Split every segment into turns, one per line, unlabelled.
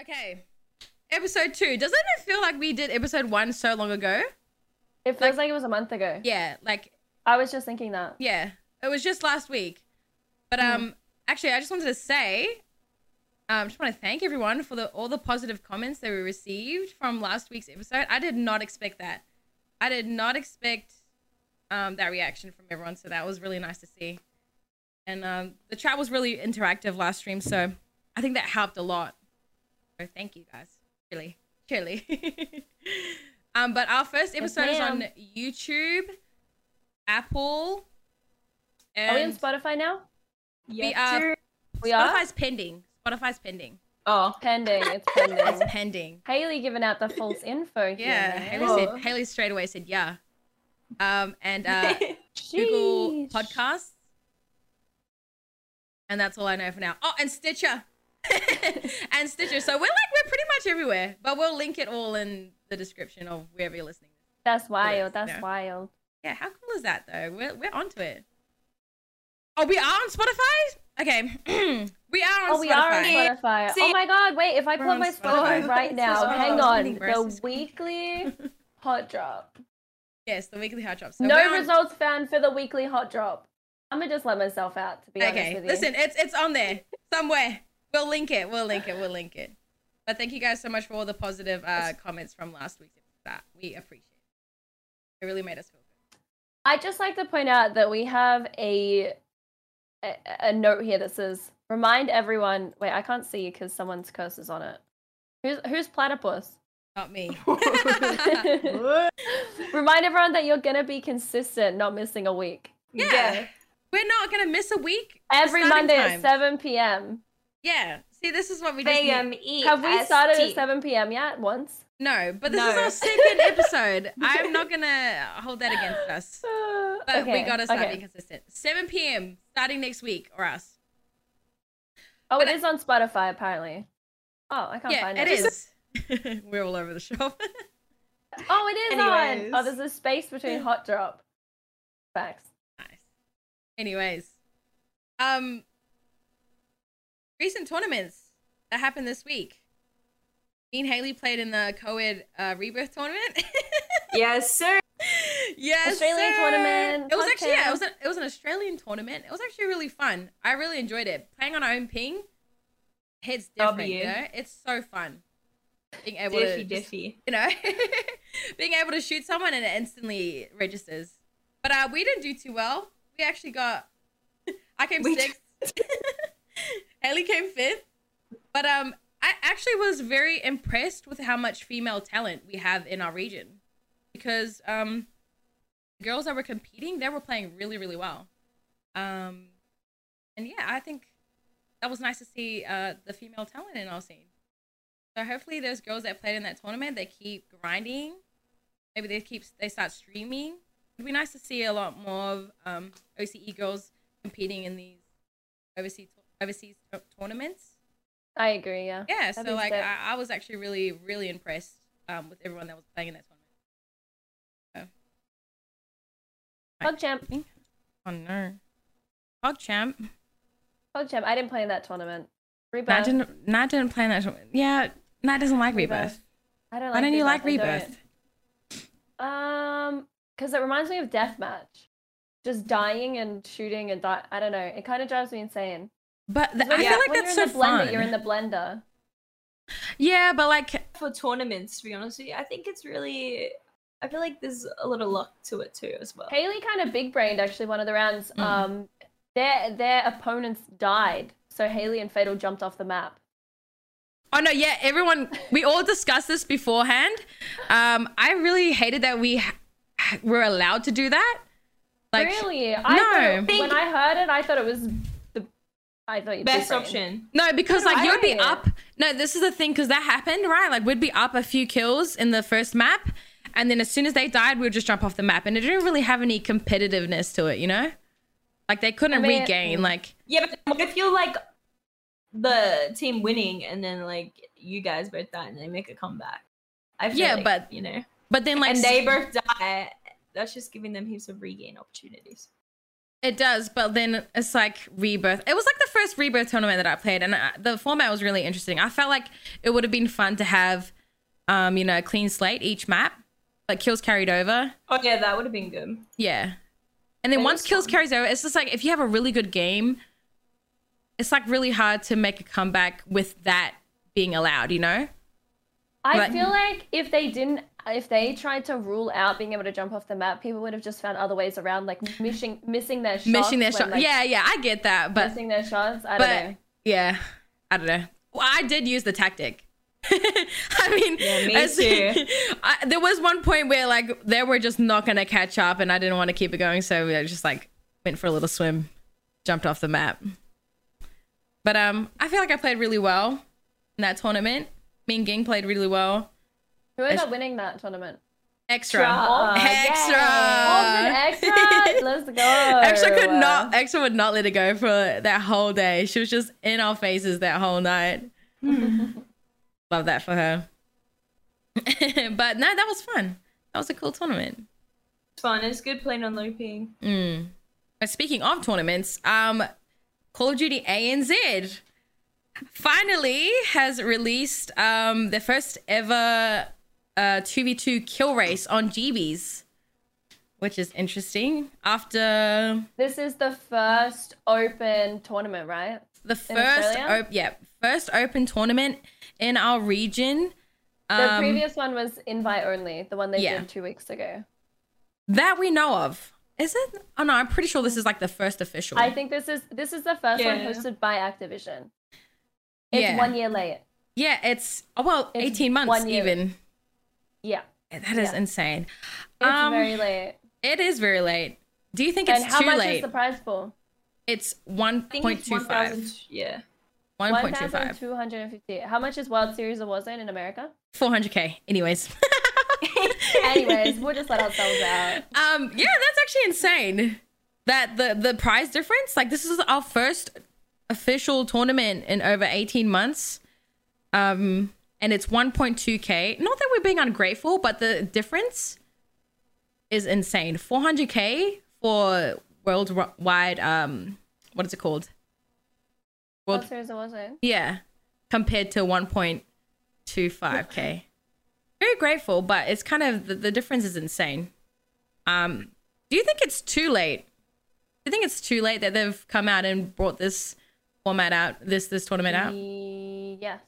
Okay. Episode two. Doesn't it feel like we did episode one so long ago?
It feels like, it was a month ago.
Yeah, like
I was just thinking that.
yeah. It was just last week. But
Mm.
um actually I just wanted to say um just want to thank everyone for the all the positive comments that we received from last week's episode. I did not expect that. I did not expect um that reaction from everyone, so that was really nice to see. And um the chat was really interactive last stream, so I think that helped a lot. So thank you guys. Really. Really. um but our first
Yes,
episode is on
ma'am.
YouTube, Apple,
Are we on
and
Spotify now?
we are
We are
Spotify's pending. Spotify's pending.
Oh,
pending. It's
It's
pending.
pending.
Haley giving out the false info. Here,
Yeah.
man. Oh,
Haley said Haley straight away said yeah. Um and uh Google
Sheesh.
Podcasts. And that's all I know for now. Oh, and Stitcher. and Stitcher. So we're like we're pretty much everywhere, but we'll link it all in the description of wherever you're listening.
That's wild. That's
Yeah.
wild.
Yeah, how cool is that though? We're we're onto it. Oh, we are on Spotify? Okay. we are on
Oh, we are on Spotify.
See-
oh my god, wait, if I
We're
pull
on
up my
Spotify.
Spotify right now,
Oh,
hang
it's
on.
ending versus-
The weekly hot drop.
Yes, the weekly hot drop. So
No
we're on-
results found for the weekly hot drop. I'm gonna just let myself out to be honest
Okay,
with you.
listen, it's it's on there somewhere. We'll link it. We'll link it. We'll link it. But thank you guys so much for all the positive uh, comments from last week's episode. That we appreciate. It really made us feel good.
I'd just like to point out that we have a a, a note here that says, "Remind everyone." Wait, I can't see because someone's curse is on it. Who's who's platypus?
Not me.
Remind everyone that you're gonna be consistent, not missing a week.
yeah. We're not gonna miss a week. The
Every
starting
Monday
time.
at 7 p.m.
Yeah. See, this is what we just.
They
need-
um eat.
Have
E
we started at 7 p.m. yet? Once.
No, but this is
No.
our second episode. I'm not gonna hold that against us. But we gotta start being consistent. 7 p.m. starting next week, or us.
Oh,
But
it is on Spotify apparently. Oh, I can't
Yeah,
find
it
it.
is. We're all over the shop.
Oh, it is
Anyways.
on. Oh, there's a space between hot drop. Facts.
Nice. Anyways, um, recent tournaments that happened this week. Me and Haley played in the co-ed uh, rebirth tournament.
Yes, sir.
yes,
Australian
sir.
tournament,
It was actually yeah, it
podcast.
was an, it was an Australian tournament. It was actually really fun. I really enjoyed it. Playing on our own ping, hits different.
W.
You know, it's so fun. Being able to
Diffy,
just
Diffy.
you know, being able to shoot someone and it instantly registers. But uh, we didn't do too well. We actually got, I came
We
sixth. Haley came fifth. But um, I actually was very impressed with how much female talent we have in our region, because um, the girls that were competing, they were playing really, really well. Um, and yeah, I think that was nice to see uh, the female talent in our scene. So hopefully those girls that played in that tournament, they keep grinding. Maybe they keep they start streaming. It'd be nice to see a lot more of um, OCE girls competing in these overseas overseas tou- tournaments.
I agree. Yeah.
Yeah,
That'd
so
be
like
sick.
I, I was actually really really impressed um, with everyone that was playing in that tournament.
Hog champ.
Oh no, Bog champ.
Hog champ. I didn't play in that tournament. Rebirth.
Nat didn't Nat didn't play in that tournament. Yeah, Nat doesn't like
Rebirth.
rebirth.
I don't
Why don't you like
I don't.
rebirth?
Um, because it reminds me of deathmatch. Just dying and shooting and die. I don't know. It kind of drives me insane.
But th- I
When
feel
you're-
like
when
that's
you're
so
in the blender,
fun.
You're in the blender.
yeah, but like
For tournaments, to be honest with you, I think it's really. I feel like there's a lot of luck to it too, as well.
Haley kind of big brained actually one of the rounds.
Mm.
Um, their their opponents died, so Haley and Fatal jumped off the map.
Oh no, yeah, everyone. We all discussed this beforehand. Um, I really hated that we ha- were allowed to do that. Like,
really? I
no.
thought,
Think-
when I heard it, I thought it was the I thought you
Best option.
no, because like you would be
Right.
up. No, this is the thing because that happened, right? Like we'd be up a few kills in the first map, and then as soon as they died, we'd just jump off the map, and it didn't really have any competitiveness to it, you know? Like they couldn't
mean-
regain. Like
Yeah, but what if you're like the team winning and then like you guys both die and they make a comeback? I feel
Yeah,
like,
but-
you know,
But then, like,
and they both die. That's just giving them heaps of regain opportunities.
It does, but then it's like rebirth. It was like the first rebirth tournament that I played, and I, the format was really interesting. I felt like it would have been fun to have, um, you know, a clean slate each map, like kills carried over.
Oh yeah, that would have been good.
Yeah, and then
That
once
is
kills
fun.
carries over, it's just like if you have a really good game, it's like really hard to make a comeback with that being allowed. You know?
I
But-
feel like if they didn't, if they tried to rule out being able to jump off the map, people would have just found other ways around, like missing missing their shots.
missing their
when,
shot.
like,
yeah, yeah, I get that, but
missing their shots. I
but-
don't know.
yeah, I don't know. Well, I did use the tactic. I mean,
Yeah, me
as-
too.
I, there was one point where like they were just not gonna catch up, and I didn't want to keep it going, so I just like went for a little swim, jumped off the map. But um, I feel like I played really well in that tournament. Me and Ging played really well.
Who ended
it's-
up winning that tournament?
Extra,
Tra-
extra,
Oh,
Austin Extra, let's go.
Extra could not. Extra would not let it go for that whole day. She was just in our faces that whole night. Love that for her. but no, that was fun. That was a cool tournament.
It's fun. It's good playing on looping.
Mm. But speaking of tournaments, um, Call of Duty ANZ finally has released um their first ever uh 2v2 kill race on GBs, which is interesting. After
This is the first open tournament, right?
the
In
first
Australia?
op- yeah first open tournament in our region
The
um,
previous one was invite only, the one they
yeah.
did two weeks ago.
that we know of is it oh no i'm pretty sure this is like the first official
I think this is this is the first one
Yeah.
hosted by Activision. It's
Yeah.
one year late.
yeah it's oh well
It's
18 months
one year.
even
Yeah,
that is
Yeah.
insane
it's
Um,
very late.
it is very late do you think
And
it's
how
too
much
late
is the prize pool?
it's
I think it's 1,000
1.25
Yeah.
1.25
1,250. How much is World Series of Warzone in America?
400k anyways
Anyways, we'll just let ourselves out.
Um, yeah, that's actually insane. That the the prize difference, like this is our first official tournament in over eighteen months, um, and it's one point two k. Not that we're being ungrateful, but the difference is insane. Four hundred k for worldwide. Um, what is it called? Well-
World Series of Warzone.
Yeah, compared to one point two five k. Very grateful, but it's kind of the, the difference is insane. Um, do you think it's too late? Do you think it's too late that they've come out and brought this format out, this this tournament out?
Ye- Yes.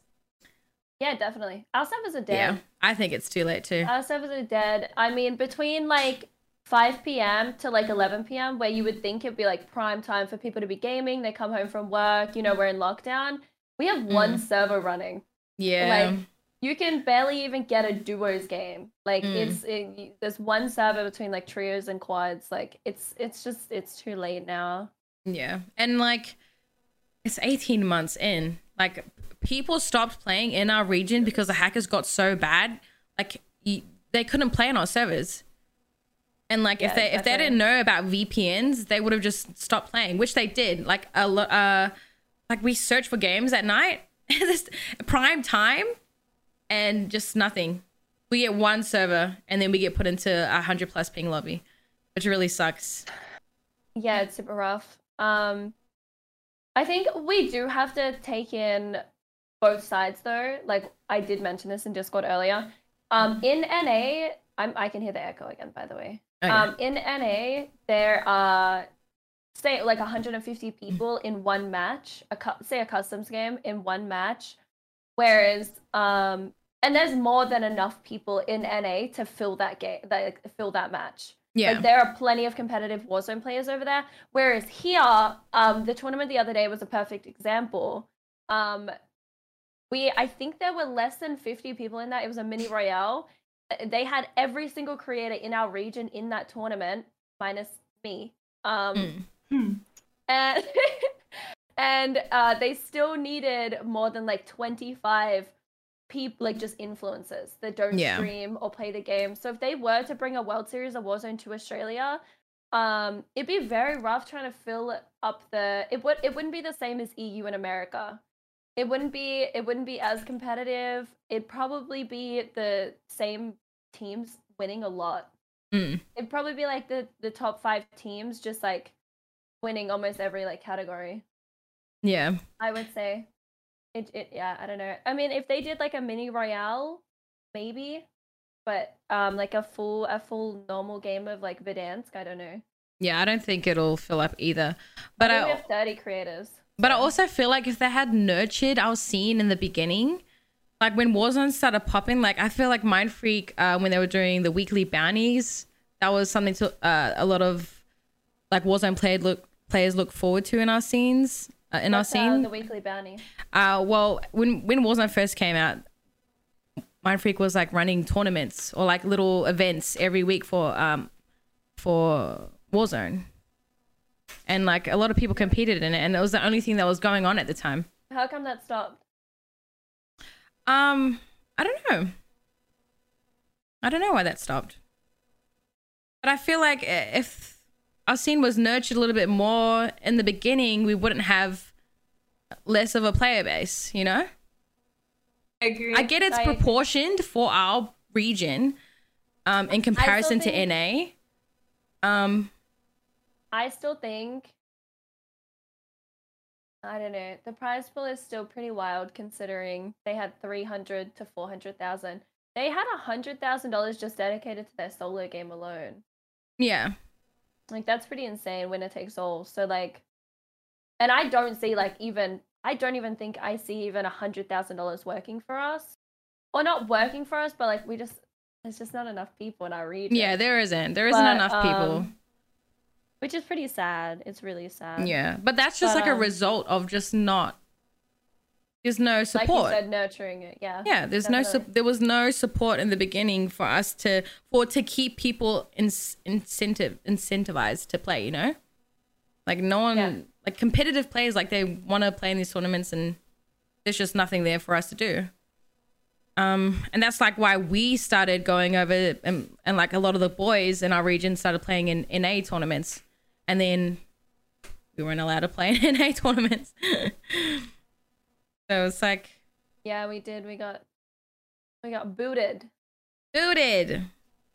Yeah, definitely. Our servers are
Yeah,
dead.
I think it's too late too.
Our servers are dead. I mean, between like 5 p.m. to like 11 p.m., where you would think it'd be like prime time for people to be gaming, they come home from work, you know, we're in lockdown. We have one
Mm.
server running.
Yeah,
like you can barely even get a duos game like
Mm.
it's it, y- there's one server between like trios and quads like it's it's just it's too late now
yeah, and like it's eighteen months in. Like people stopped playing in our region because the hackers got so bad. Like y they couldn't play on our servers. And like if
Yeah,
they if they
exactly.
didn't know about VPNs, they would have just stopped playing, which they did. Like a lo- uh, like we searched for games at night, this prime time, and just nothing. We get one server, and then we get put into a hundred plus ping lobby, which really sucks.
yeah it's super rough um i think we do have to take in both sides though like i did mention this in discord earlier um in na i'm i can hear the echo again by the way
Oh, yeah.
um in na there are say like 150 people in one match a cu- say a customs game in one match whereas um and there's more than enough people in na to fill that game like fill that match
yeah,
like there are plenty of competitive Warzone players over there. Whereas here, um, the tournament the other day was a perfect example. Um, we I think there were less than 50 people in that. It was a mini royale. Uh, They had every single creator in our region in that tournament, minus me. Um,
Mm.
Hmm.
and and uh, they still needed more than like 25 people like just influencers that don't
Yeah.
stream or play the game so if they were to bring a world series of warzone to australia um it'd be very rough trying to fill up the it would it wouldn't be the same as eu and america it wouldn't be it wouldn't be as competitive it'd probably be the same teams winning a lot
Mm.
it'd probably be like the the top five teams just like winning almost every like category.
Yeah.
I would say. It, it yeah, I don't know. I mean, if they did like a mini royale, maybe, but um, like a full a full normal game of like Verdansk, I don't know.
Yeah, I don't think it'll fill up either. But
I think
I,
we have thirty creators.
but I also feel like if they had nurtured our scene in the beginning, like when Warzone started popping, like I feel like Mind Freak uh, when they were doing the weekly bounties, that was something to uh, a lot of like Warzone played look players look forward to in our scenes uh, in
That's,
our
uh,
scene.
the weekly bounty.
Uh, well, when when Warzone first came out, Mind Freak was like running tournaments or like little events every week for um for Warzone, and like a lot of people competed in it, and it was the only thing that was going on at the time.
How come that stopped?
Um, I don't know. I don't know why that stopped, but I feel like i- if our scene was nurtured a little bit more in the beginning, we wouldn't have less of a player base, you know.
I agree.
I get it's
I agree.
proportioned for our region um, in comparison to
think-
NA. Um,
I still think I don't know. The prize pool is still pretty wild considering they had 300 to 400,000. They had $100,000 just dedicated to their solo game alone.
yeah,
Like that's pretty insane winner takes all. So like and I don't see like even I don't even think I see even $100,000 working for us. Or not working for us, but like we just there's just not enough people in our region.
yeah, there isn't. There isn't
But,
enough people.
um, which is pretty sad. It's really sad.
yeah, but that's just
um, but,
like a
um,
result of just not. There's no support.
Like you said, nurturing it. Yeah.
yeah, there's no su-
definitely.
there was no support in the beginning for us to for to keep people in- incentive incentivized to play. You know, like no one
Yeah.
like competitive players like they want to play in these tournaments and there's just nothing there for us to do. Um, and that's like why we started going over and, and like a lot of the boys in our region started playing in NA tournaments, and then we weren't allowed to play in NA tournaments. so it's like
Yeah, we did. We got we got booted
booted.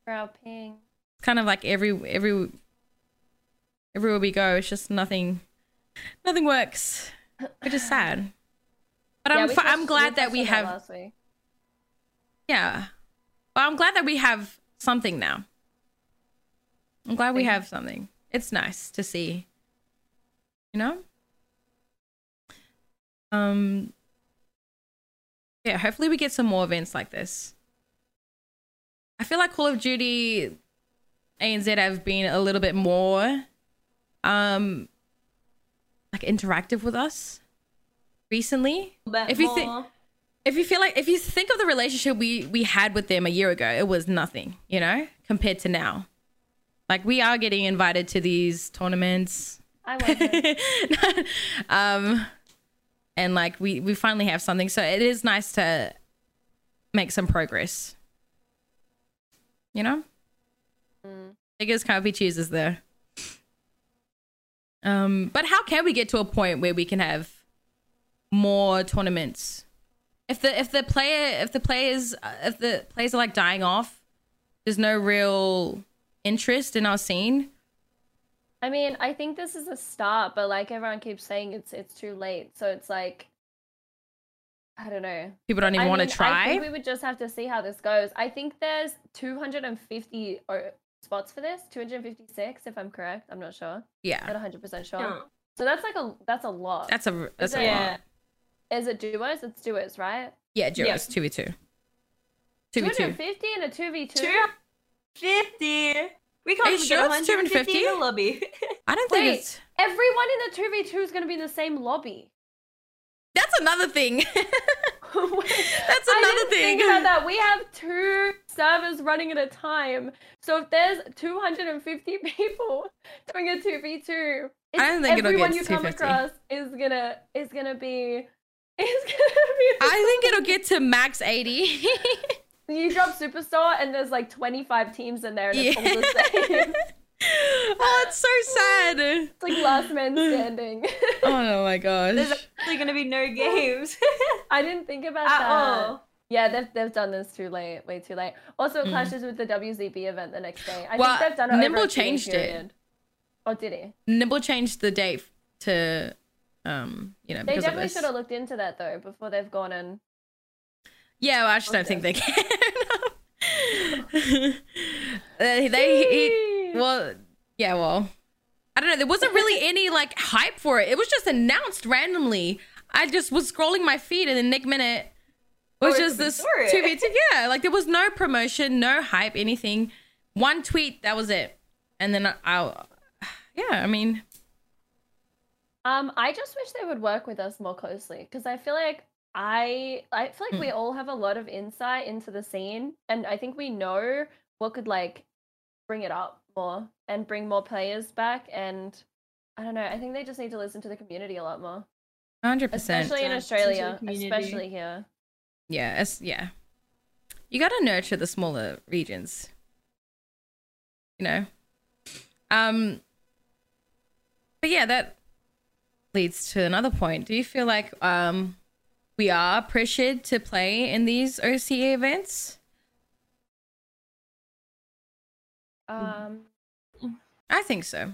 for our ping.
kind of like every every everywhere we go, it's just nothing nothing works, which is sad. But
Yeah,
I'm
we
fi- I'm
touched-
glad that
touched
we
on
have
last week.
yeah. But I'm glad that we have something now. I'm glad we
Thank you.
have something. It's nice to see. You know? Um Yeah, hopefully we get some more events like this. I feel like Call of Duty ANZ have been a little bit more um like interactive with us recently.
But
if you think-
more-
if you feel like if you think of the relationship we we had with them a year ago it was nothing you know compared to now like we are getting invited to these tournaments
I wasn't.
um and like we we finally have something so it is nice to make some progress you know
Mm.
biggest can't be choosers there um but how can we get to a point where we can have more tournaments if the if the player if the players uh, if the players are like dying off there's no real interest in our scene
I mean, I think this is a start, but like everyone keeps saying, it's it's too late. So it's like, I don't know.
people don't even
I
want to
mean, I
try
think we would just have to see how this goes. I think there's 250 or spots for this, 256 if I'm correct. I'm not sure.
yeah
Not 100% sure.
yeah.
So that's like a that's a lot.
Uh, That's a that's a
Yeah.
lot.
Is it duos? It's duos, right?
Yeah, Joe,
Yeah.
it's two v two. Two v two.
250 and a 2v2.
250. We
Are
can't
you
even
sure
get
it's 250?
150 in the lobby.
I don't think
Wait.
it's
Everyone in the 2v2 is going to be in the same lobby.
that's another thing.
That's another
another thing.
Think about that. We have two servers running at a time. So if there's 250 people doing a 2v2, it's
I don't think it'll
everyone
get
you come
250.
across is gonna is gonna be is gonna be.
I think it'll get to max eighty.
you drop superstar and there's like 25 teams in there and it's all
Yeah.
the same.
oh, it's so sad.
It's like last man standing.
Oh my gosh.
There's actually going to be no games Uh,
I didn't think about
at
that.
all.
Yeah, they've, they've done this too late, way too late. Also, it
Mm.
clashes with the WZB event the next day. I
Well,
think they've done it. over
Nimble
a two-day
changed it.
period. Or did he?
Nibble changed the date to, um, you know,
They
because of
definitely
this.
should have looked into that though before they've gone and
Yeah, well, I just don't think they can. they, they he, well, yeah, well, I don't know. There wasn't really any like hype for it. It was just announced randomly. I just was scrolling my feed, and then Nick Minute was
it's
just
been
this
for it.
two v two. Yeah, like there was no promotion, no hype, anything. One tweet, that was it. And then I, I yeah, I mean,
um I just wish they would work with us more closely because I feel like I I feel like we all have a lot of insight into the scene and I think we know what could like bring it up more and bring more players back and I don't know, I think they just need to listen to the community a lot more.
hundred percent.
Especially in
Sense. Listen to the
Australia,
community.
especially here.
Yeah, it's, yeah. You got to nurture the smaller regions. You know. Um but yeah, that leads to another point. Do you feel like um we are pressured to play in these OCA events?
Um
I think so.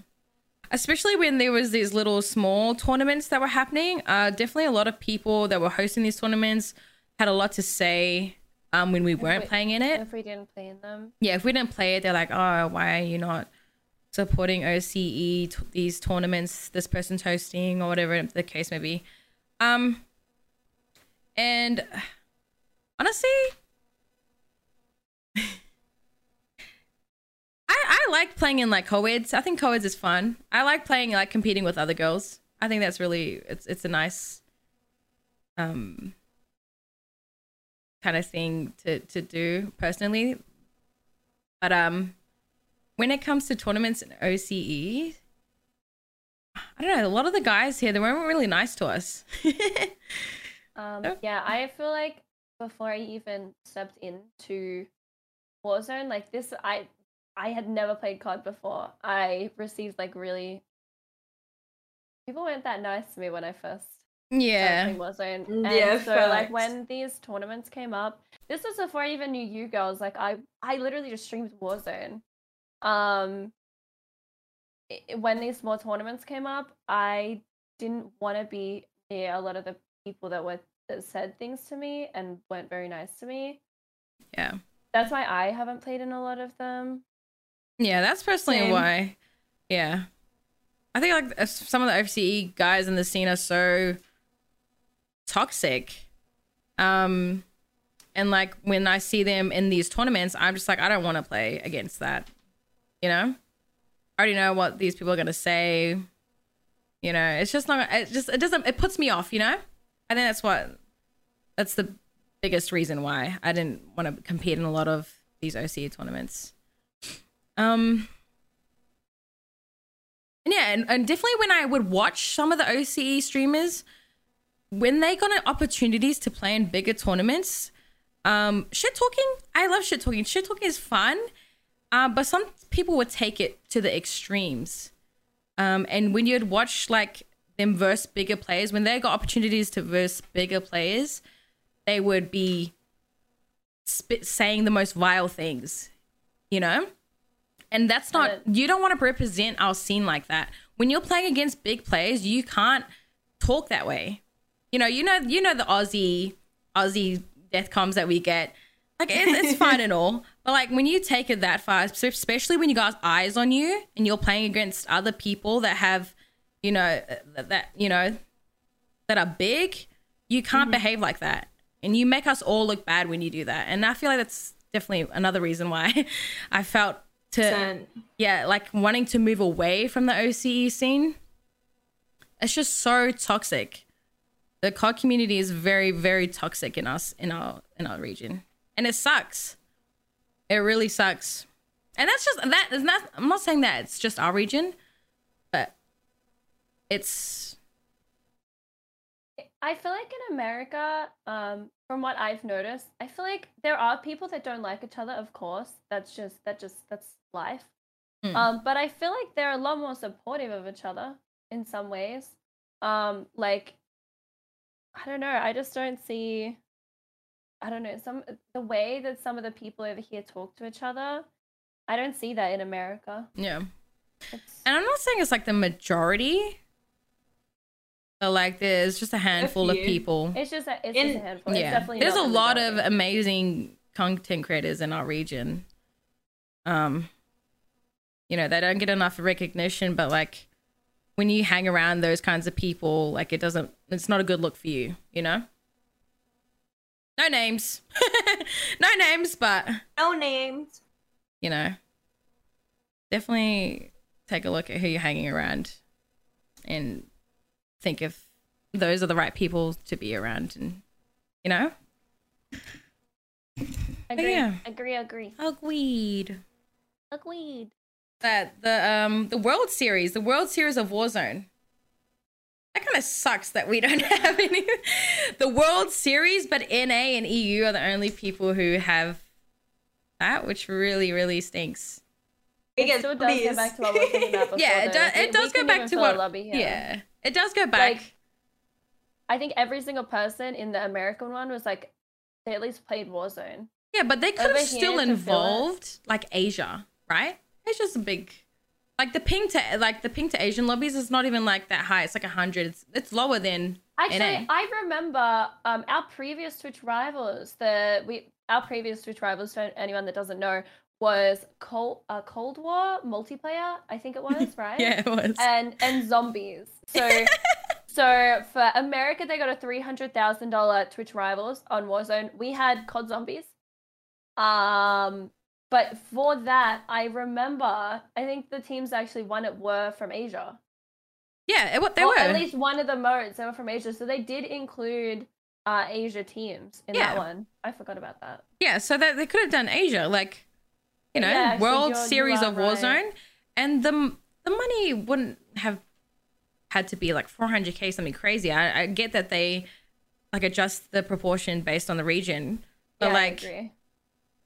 Especially when there was these little small tournaments that were happening. Uh, definitely a lot of people that were hosting these tournaments had a lot to say um, when we weren't
we-
playing in it.
if we didn't play in them.
yeah, if we didn't play it, they're like, oh, why are you not supporting OCE t- these tournaments? This person's hosting or whatever the case may be. Um, and honestly, I I like playing in like co-eds. I think co-eds is fun. I like playing like competing with other girls. I think that's really it's it's a nice um kind of thing to to do personally but um, when it comes to tournaments and OCE, E, I don't know. A lot of the guys here they weren't really nice to us.
Um,
Oh.
yeah, I feel like before I even stepped into Warzone, like this, I I had never played COD before. I received like really people weren't that nice to me when I first
yeah,
started playing Warzone.
Mm,
And
yeah,
so like
facts.
when these tournaments came up, this was before I even knew you girls. Like I I literally just streamed Warzone. Um, i- i- when these small tournaments came up, I didn't want to be near a lot of the people that were that said things to me and weren't very nice to me.
Yeah.
That's why I haven't played in a lot of them.
yeah. That's personally
Same.
why. Yeah, I think like uh, some of the OCE guys in the scene are so toxic. Um, and like when I see them in these tournaments, I'm just like, I don't want to play against that. You know, I already know what these people are gonna say. You know, it's just not. It just it doesn't. It puts me off. You know, I think that's what. That's the biggest reason why I didn't want to compete in a lot of these OCE E tournaments. Um. and Yeah, and, and definitely when I would watch some of the OCE streamers, when they got opportunities to play in bigger tournaments, um, shit talking, I love shit talking. Shit talking is fun, uh, but some people would take it to the extremes. Um, and when you'd watch like them verse bigger players, when they got opportunities to verse bigger players, they would be spit saying the most vile things, you know? And that's not,
it.
you don't want to represent our scene like that. When you're playing against big players, you can't talk that way. You know, you know, you know the Aussie, Aussie death comms that we get. Like it's, it's fine and all, but like when you take it that far, es- especially when you got eyes on you and you're playing against other people that have, you know, uh, that, that you know, that are big, you can't behave like that, and you make us all look bad when you do that. And I feel like that's definitely another reason why I felt to
Percent.
yeah, like wanting to move away from the OCE scene. It's just so toxic. The COD community is very, very toxic in us in our in our region, and it sucks. It really sucks, and that's just that is not. I'm not saying that it's just our region, but it's
I feel like in America, um, from what I've noticed, I feel like there are people that don't like each other, of course. That's just that just that's life.
Mm.
Um, but I feel like they're a lot more supportive of each other in some ways. Um, like I don't know, I just don't see I don't know, some the way that some of the people over here talk to each other, I don't see that in America.
yeah.
It's-
And I'm not saying it's like the majority, but like there's just a handful of
few.
people.
It's just a, it's
In-
just a handful. It's
yeah,
definitely
there's a
not the
lot of
majority.
amazing content creators in our region. Um, you know they don't get enough recognition, but like when you hang around those kinds of people, like it doesn't, it's not a good look for you. You know. No names, no names, but
No names.
you know, definitely take a look at who you're hanging around and think if those are the right people to be around and you know
agree,
yeah.
agree, agree.
Agreed.
Agreed.
That the um the World Series, the World Series of Warzone. That kind of sucks that we don't have any. the World Series, but NA and EU are the only people who have that, which really really stinks.
It still does go back to what we were talking about before.
yeah, it,
though.
do-
We-
it does
we
go
couldn't
back
even
to
fill a
what.
lobby
yeah.
here.
it does go back.
Like, I think every single person in the American one was like, they at least played Warzone.
Yeah, but they could
Over
have
here
still
to fill it.
involved like Asia, right? Asia's a big, like the ping to like the ping to Asian lobbies is not even like that high. It's like hundred. It's it's lower than
Actually,
NA.
I remember um, our previous Twitch rivals. The we our previous Twitch rivals for anyone that doesn't know was Cold uh, Cold War multiplayer. I think it was right.
yeah it was.
and and zombies. So so for America, they got a three hundred thousand dollar Twitch Rivals on Warzone. We had COD Zombies. Um, but for that, I remember I think the teams that actually won it were from Asia.
yeah, it, wa- they
Or
were.
at least one of the modes they were from Asia, so they did include uh Asia teams in
Yeah.
that one. I forgot about that.
yeah, so that they could have done Asia, like you know,
Yeah, actually,
World
you're- you
Series
are
of
right.
Warzone, and the m- the money wouldn't have had to be like 400k something crazy. I, I get that they like adjust the proportion based on the region, but
yeah,
like.
I agree.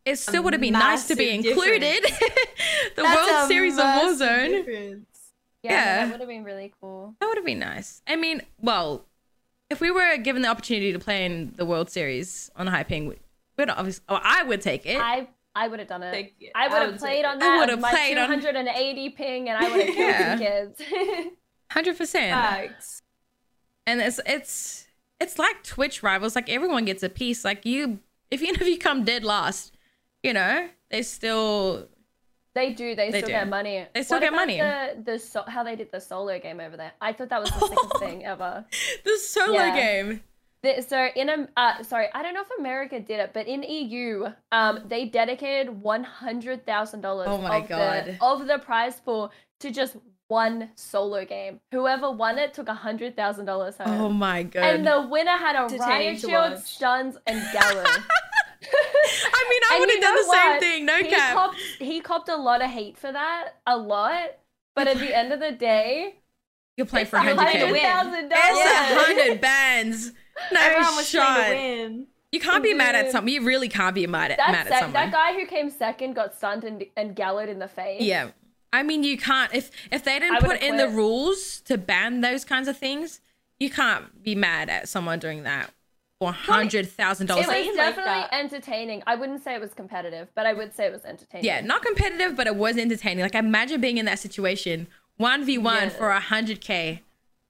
it still would have been nice to be
massive
included. the World Series of Warzone.
Yeah, yeah.
yeah.
that would have been really cool.
That would have been nice. I mean, well, if we were given the opportunity to play in the World Series on high ping, we- we'd obviously, oh, I would take it.
I I would have done it.
Take it.
I would
I
have
would
played
take
on
it. I
that.
would
with
have
my
played on-
280 ping, and I would have killed
Yeah.
the kids.
100%.
Uh,
Facts.
and it's it's it's like Twitch rivals. Like everyone gets a piece. Like you, if even if you come dead last, you know they still
they do. They,
They
still
do.
get money.
They still
What
get
about
money.
The, the so- how they did the solo game over there. I thought that was the sickest thing ever.
this solo
Yeah.
game.
The- so in um, uh, sorry, I don't know if America did it, but in EU, um, they dedicated one hundred thousand dollars.
Oh my
of
God.
The, of the prize pool to just one solo game. Whoever won it took hundred thousand dollars home.
Oh my god!
Uh, and the winner had a riot
Entertaining to
shield,
watch.
stuns, and gallows.
I mean, I
And
would
you
have done
know
the same
what?
thing. No
he
cap.
copped he copped a lot of hate for that, a lot. But at the end of the day,
You play for
it's a
100k.
hundred
hundred thousand
It's a
dollars.
hundred bands. No
Everyone was trying to
shot.
win.
You can't be mad at
Dude.
something. You really can't be mad at
That,
mad
sec-
at someone.
that guy who came second got stunned and, and gallowed in the face.
yeah. I mean, you can't if if they
I
didn't
would've
put in the
quit.
rules to ban those kinds of things, you can't be mad at someone doing that. One hundred thousand
It
dollars.
was
Playing like
definitely
that.
entertaining. I wouldn't say it was competitive, but I would say it was entertaining.
Yeah, not competitive, but it was entertaining. Like imagine being in that situation, one v one
Yeah.
for a hundred k.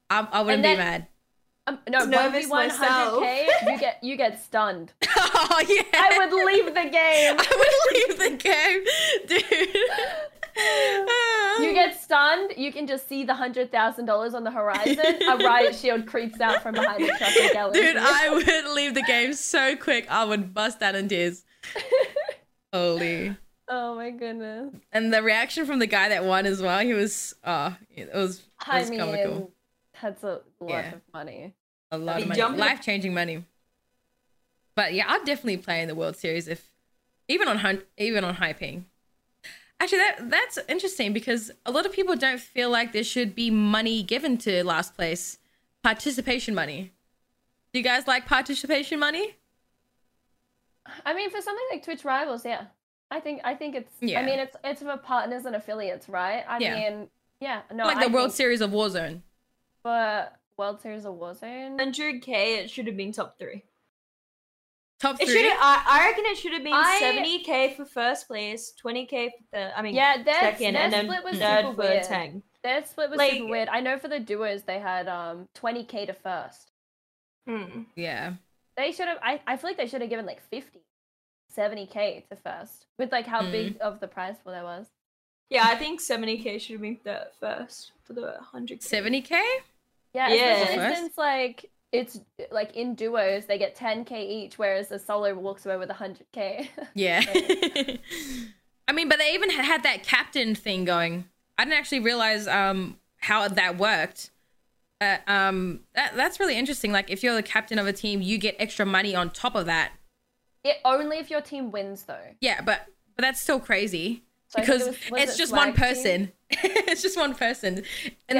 I I wouldn't be
And then-
mad.
Um, no,
Nervous
1v100k, you get you get stunned.
oh yeah.
I would leave the game.
I would leave the game, dude.
You get stunned. You can just see the hundred thousand dollars on the horizon. A riot shield creeps out from behind the chocolate gallery.
Dude, I would leave the game so quick. I would bust out in tears. Holy.
Oh my goodness.
And the reaction from the guy that won as well, he was, oh, it was, it
I
was
mean,
comical.
that's a lot
Yeah.
of money.
A lot
He
of money.
jumped-
Life changing money. But yeah, I'll definitely play in the World Series if, even on hun- even on hyping. Actually, that that's interesting because a lot of people don't feel like there should be money given to last place, participation money. Do you guys like participation money?
I mean, for something like Twitch Rivals, yeah. I think I think it's.
Yeah.
I mean, it's it's for partners and affiliates, right? I
Yeah.
mean, yeah. No,
like the
I
World
think
Series of Warzone.
for World Series of Warzone.
100k, it should have been top three.
Top
It
three.
should. I, I reckon it should have been
I-
seventy k for first place, twenty k for the. I mean,
Yeah, their,
second,
their
and then
split was
third
super
for
weird.
Tang.
Their split was
Like-
super weird. I know for the duos they had um 20k to first. Hmm.
Mm.
yeah.
They should have. I, I feel like they should have given like 50, 70k to first with like how
Mm.
big of the prize pool there was.
Yeah, I think seventy k should have been third first for the hundred.
Seventy k.
Yeah,
Yeah.
especially
First?
since like it's like in duos they get 10k each, whereas the solo walks away with 100k.
Yeah. I mean, but they even ha- had that captain thing going. I didn't actually realize um how that worked. But um that, that's really interesting. Like if you're the captain of a team, you get extra money on top of that.
it only if your team wins though.
Yeah, but but that's still crazy.
So I think it
because
was- was
it's
it
just one
flag team?
person. it's just one person. And
And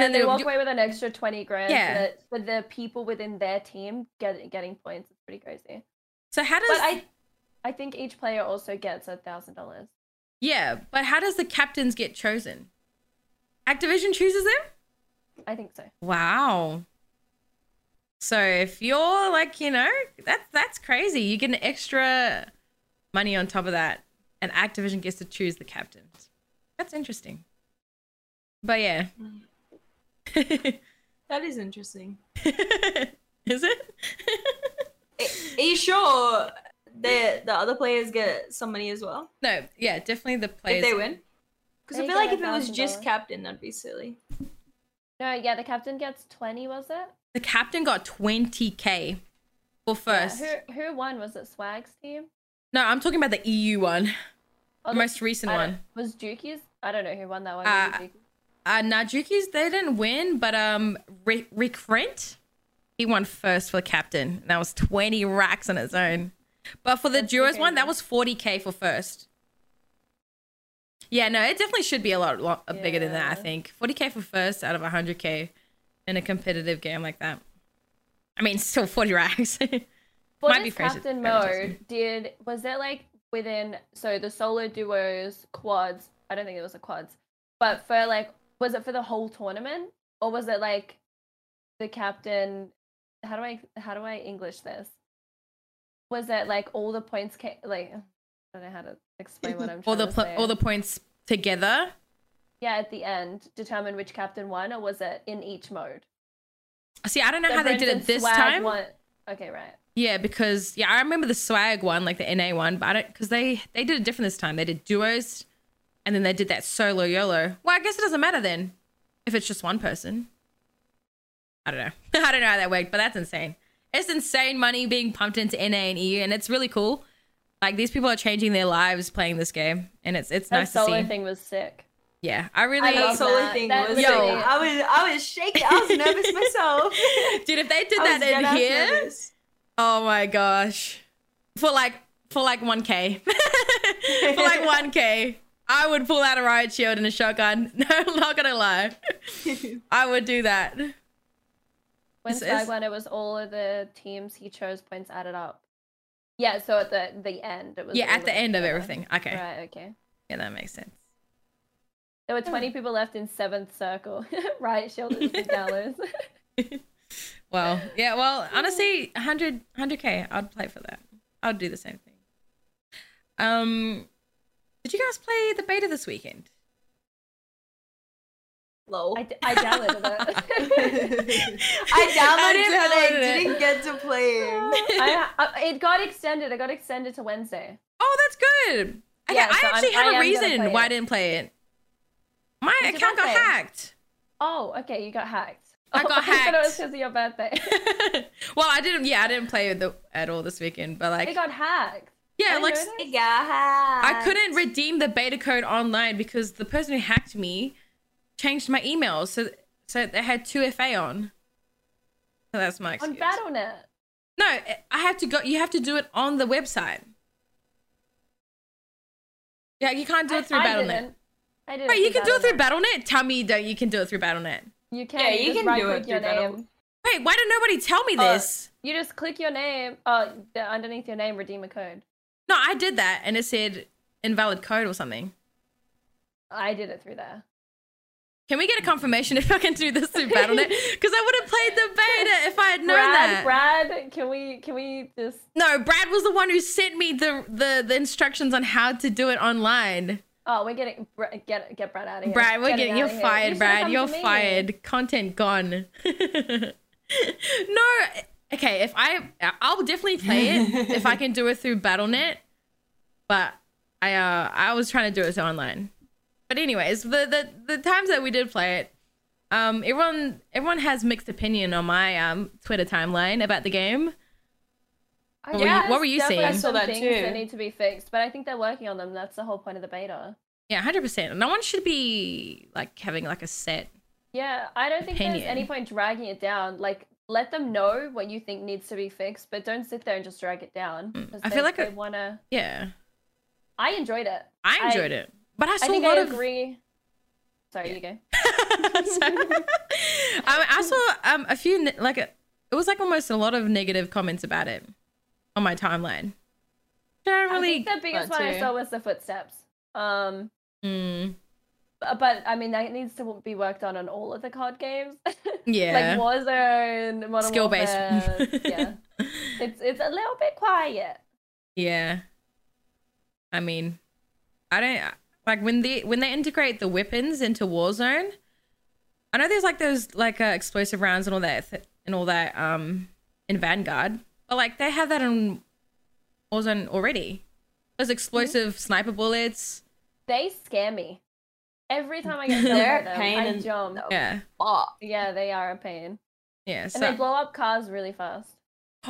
then
then they
they'll
walk
do-
away with an extra 20 grand.
Yeah.
Yeah. For the, people within their team get, getting points. It's pretty crazy.
So how does
But I, I think each player also gets a thousand dollars.
Yeah, but how does the captains get chosen? Activision chooses them?
I think so.
Wow. So if you're like, you know, that's that's crazy. You get an extra money on top of that. And Activision gets to choose the captains. That's interesting. But yeah.
That is interesting.
Is it?
Are you sure the the other players get some money as well
no, yeah, definitely the players.
if they win? Because I
They
feel like
get
if it was just
$1,000.
captain, that'd be silly.
No, yeah, the captain gets 20, was it?
The captain got 20k for
Yeah,
first.
Who, who won? Was it Swag's team?
No, I'm talking about the EU one,
Or
the most recent
I don't-
one.
Was Juki's? I don't know who won that one.
Uh,
maybe Juki.
Uh, Najuki's they didn't win, but um, Rick, Rick Rent, he won first for captain. And that was 20 racks on its own. But for the
That's
duos one, that
crazy.
was 40k for first. Yeah, no, it definitely should be a lot, lot bigger than that. I
Yeah.
think 40k for first out of 100k in a competitive game like that. I mean, still 40 racks.
For
might be
this
Fraser-
captain
Fraser's
mode, did was there like within so the solo duos, quads? I don't think it was a quads, but for like was it for the whole tournament or was it like the captain? How do I how do I English this? Was it like all the points ca like I don't know how to explain what I'm
all
trying
the
to
pl-
say.
all the points together.
yeah at the end determine which captain won or was it in each mode?
See, I don't know
So,
how
for
they did it
instance,
this
Swag
time.
won- Okay, right.
Yeah, because yeah, I remember the swag one, like the NA one, but I don't because they they did it different this time. They did duos, and then they did that solo YOLO. Well, I guess it doesn't matter then if it's just one person. I don't know. I don't know how that worked, but that's insane. It's insane money being pumped into NA and EU, and it's really cool. Like these people are changing their lives playing this game, and it's it's
That
nice to
solo
see.
thing was sick.
Yeah, I really
I
love
that solo
that.
thing
That
was.
literally-
Yo, I was I was shaking. I was nervous myself.
dude. If they did
I was
that in
dead-ass
here,
nervous.
Oh my gosh. For like for like 1k. for like 1k. I would pull out a riot shield and a shotgun. No, I'm not gonna lie. I would do that.
When
Is- is-
Swag won, it was all of the teams he chose points added up. Yeah, so at the the end, it was
Yeah,
all
at the end of
together.
everything. Okay.
Right, okay.
Yeah, that makes sense.
There were twenty people left in seventh circle. right, shoulders and gallows.
Well, yeah, well, honestly, 100 100k, I'd play for that. I'd do the same thing. Um did you guys play the beta this weekend?
Lol.
I, d- I downloaded it.
I
I
downloaded it, but I
downloaded it.
didn't get to play it.
I, I, it got extended. It got extended to Wednesday.
Oh, that's good. Okay,
Yeah, so
I
I'm-
actually
I
had a
am gonna
reason
play
why I
it.
didn't play it. My
It's your
account got
birthday.
hacked.
Oh, okay, you got hacked.
I got
Oh, I thought it was
hacked.
because of your birthday.
well, I didn't. Yeah, I didn't play with the, at all this weekend. But like,
it got hacked.
yeah,
I
like
know that.
It got hacked.
I couldn't redeem the beta code online because the person who hacked me changed my email, so so they had two FA on. So that's my
On
excuse.
BattleNet.
No, eh, I have to go. You have to do it on the website. Yeah, you can't do it through
I, I
BattleNet.
didn't. I didn't.
Wait, you can do it through BattleNet. Tell me that you can do it through BattleNet.
You can.
Yeah, you
just
can do it
right-click
through
your
Battle-
name.
Wait, why did nobody tell me
Uh,
this?
You just click your name. Oh, the, underneath your name, redeem a code.
No, I did that, and it said invalid code or something.
I did it through there.
Can we get a confirmation if I can do this through Battle.net? Because I would have played the beta if I had known that.
Brad, Brad, can we can we just
No, Brad was the one who sent me the, the the instructions on how to do it online.
oh we're getting Br- get get Brad out of here.
Brad, we're
Get him
getting
out
you're
of here.
fired,
You should've come
Brad.
to
You're
me.
fired. Content gone. no, okay. If I, I'll definitely play it if I can do it through Battle.net. But I, uh, I was trying to do it online. But anyways, the the the times that we did play it, um, everyone everyone has mixed opinion on my um Twitter timeline about the game.
I
What were you-
guess
what were you
definitely
seeing? I
saw
some
that
things
too.
that need to be fixed, but I think they're working on them. That's the whole point of the beta.
Yeah, hundred percent. No one should be like having like a set.
Yeah, I don't think there's any
Opinion.
point dragging it down. Like, let them know what you think needs to be fixed, but don't sit there and just drag it down. 'cause
Hmm. I
they,
feel like
they
a-
wanna.
Yeah,
I enjoyed it.
I
I-
enjoyed it, but I saw
I think
a lot
I
of.
agree. Sorry, you go.
Sorry. um, I saw um, a few ne- like a, it was like almost a lot of negative comments about it on my timeline. Which I don't
I
really.
think the biggest
that
one I
too.
saw was the footsteps. Um,
Mm,
bu- but I mean that needs to be worked on on all of the card games,
yeah,
like Warzone, Modern
skill based.
Warfare. yeah, it's it's a little bit quiet.
yeah. I mean, I don't like when they when they integrate the weapons into Warzone. I know there's like those like uh, explosive rounds and all that th- and all that um in Vanguard, but like they have that in Warzone already. Those explosive
Mm-hmm.
sniper bullets.
They scare me. Every time I get jumped
They're
by
a
them,
pain
I
in-
jump.
Yeah.
Fuck.
Yeah, they are a pain.
Yeah.
And they
So,
blow up cars really fast.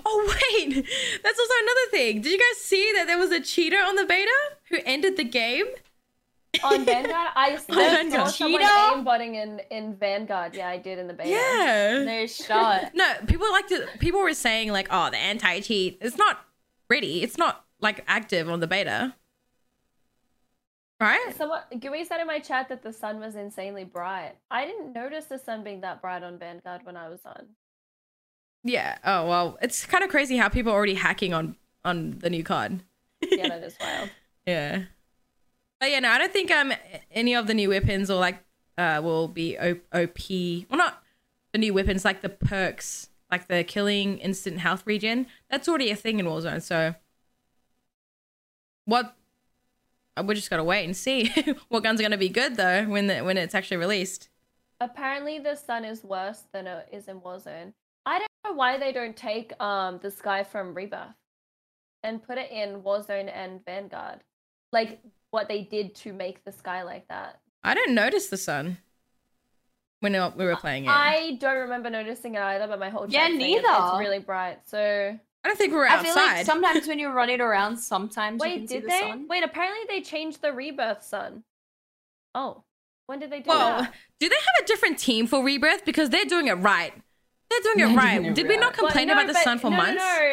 oh wait, that's also another thing. Did you guys see that there was a cheater on the beta who ended the game?
On Vanguard, I saw,
Vanguard.
saw someone
Cheeto?
aimbotting in, in Vanguard. Yeah, I did in the beta.
Yeah.
They're shot.
No, people like to. People were saying like, oh, the anti-cheat. It's not ready. It's not like active on the beta, right?
Someone, Gui said in my chat that the sun was insanely bright. I didn't notice the sun being that bright on Vanguard when I was on.
Yeah. Oh well, it's kind of crazy how people are already hacking on on the new card.
Yeah, that is wild.
Yeah. But yeah, no, I don't think um any of the new weapons or like uh will be o- OP. Well, not the new weapons, like the perks, like the killing instant health regen. That's already a thing in Warzone. So what? uh, We're just gotta wait and see what gun's gonna be good though when the, when it's actually released.
Apparently, the sun is worse than it is in Warzone. I don't know why they don't take um the sky from Rebirth and put it in Warzone and Vanguard, like what they did to make the sky like that.
I didn't notice the sun when uh, we were playing it. I,
I don't remember noticing it either, but my whole
Yeah,
chat's saying it- It's
neither.
really bright. So
don't think we were
I feel like
outside.
sometimes when you're running around, sometimes you can
wait,
see
did
the
they?
sun.
Wait, apparently they changed the rebirth sun. Oh, when did they do
Well,
that?
do they have a different team for Rebirth? Because they're doing it right. They're doing it
They're
right.
doing it
Did we not
But
complain
no,
about the
but-
sun for
no, no,
months?
No,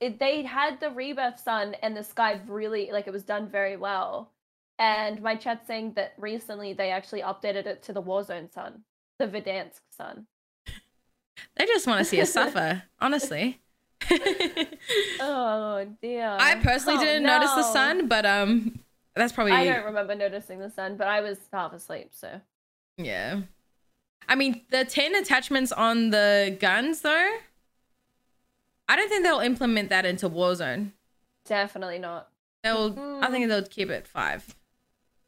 It- they had the rebirth sun, and the sky really like it was done very well. And my chat's saying that recently they actually updated it to the Warzone sun, the Verdansk sun.
They just want to see us suffer, honestly.
Oh dear.
I personally
Oh,
didn't notice the
no.
sun, but um, that's probably
I don't remember noticing the sun, but I was half asleep, so.
yeah. I mean, the ten attachments on the guns, though. I don't think they'll implement that into Warzone.
Definitely not.
They'll, I
Mm.
think they'll keep it five.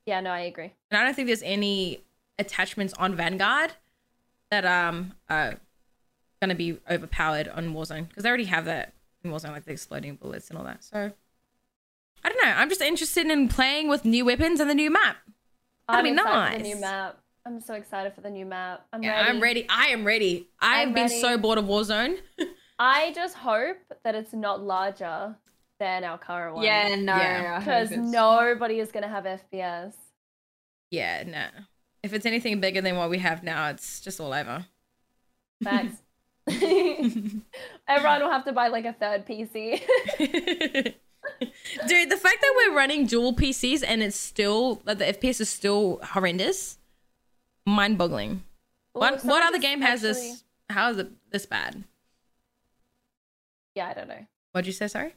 Yeah, no, I agree.
and I don't think there's any attachments on Vanguard that um are gonna be overpowered on Warzone because they already have that in Warzone, like the exploding bullets and all that. So I don't know. I'm just interested in playing with new weapons and the new map. That'd
I'm
be
excited for the
nice.
new map. I'm so excited for the new map. I'm
Yeah,
ready.
I'm ready. I am ready. I have
I'm
been so
ready.
bored of Warzone.
I just hope that it's not larger than our current one.
Yeah, no.
Yeah.
I hope
Because
it's-
nobody is gonna have FPS.
yeah, no. If it's anything bigger than what we have now, it's just all over.
Facts. Everyone will have to buy like a third PC.
Dude, the fact that we're running dual PCs and it's still like the FPS is still horrendous, mind boggling.
Ooh,
What what
someone
other
just
game has
actually-
this? How is it this bad?
Yeah, I don't know.
What'd you say? Sorry.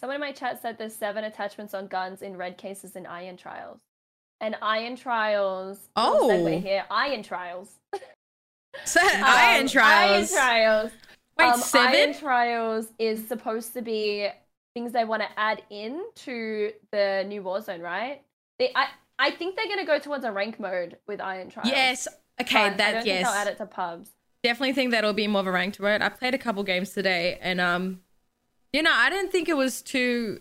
Someone in my chat said there's seven attachments on guns in red cases in Iron Trials. and Iron Trials.
Oh.
segue here. Iron Trials.
Iron
Um,
trials.
Iron Trials.
Wait,
Um, Iron
seven?
Trials is supposed to be things they want to add in to the new Warzone, right? They, I, I think they're going to go towards a rank mode with Iron Trials.
Yes.
but
Okay,
I don't
that
Think
yes.
they'll add it to pubs.
Definitely think that'll be more of a ranked mode. I played a couple games today, and um, you know, I didn't think it was too.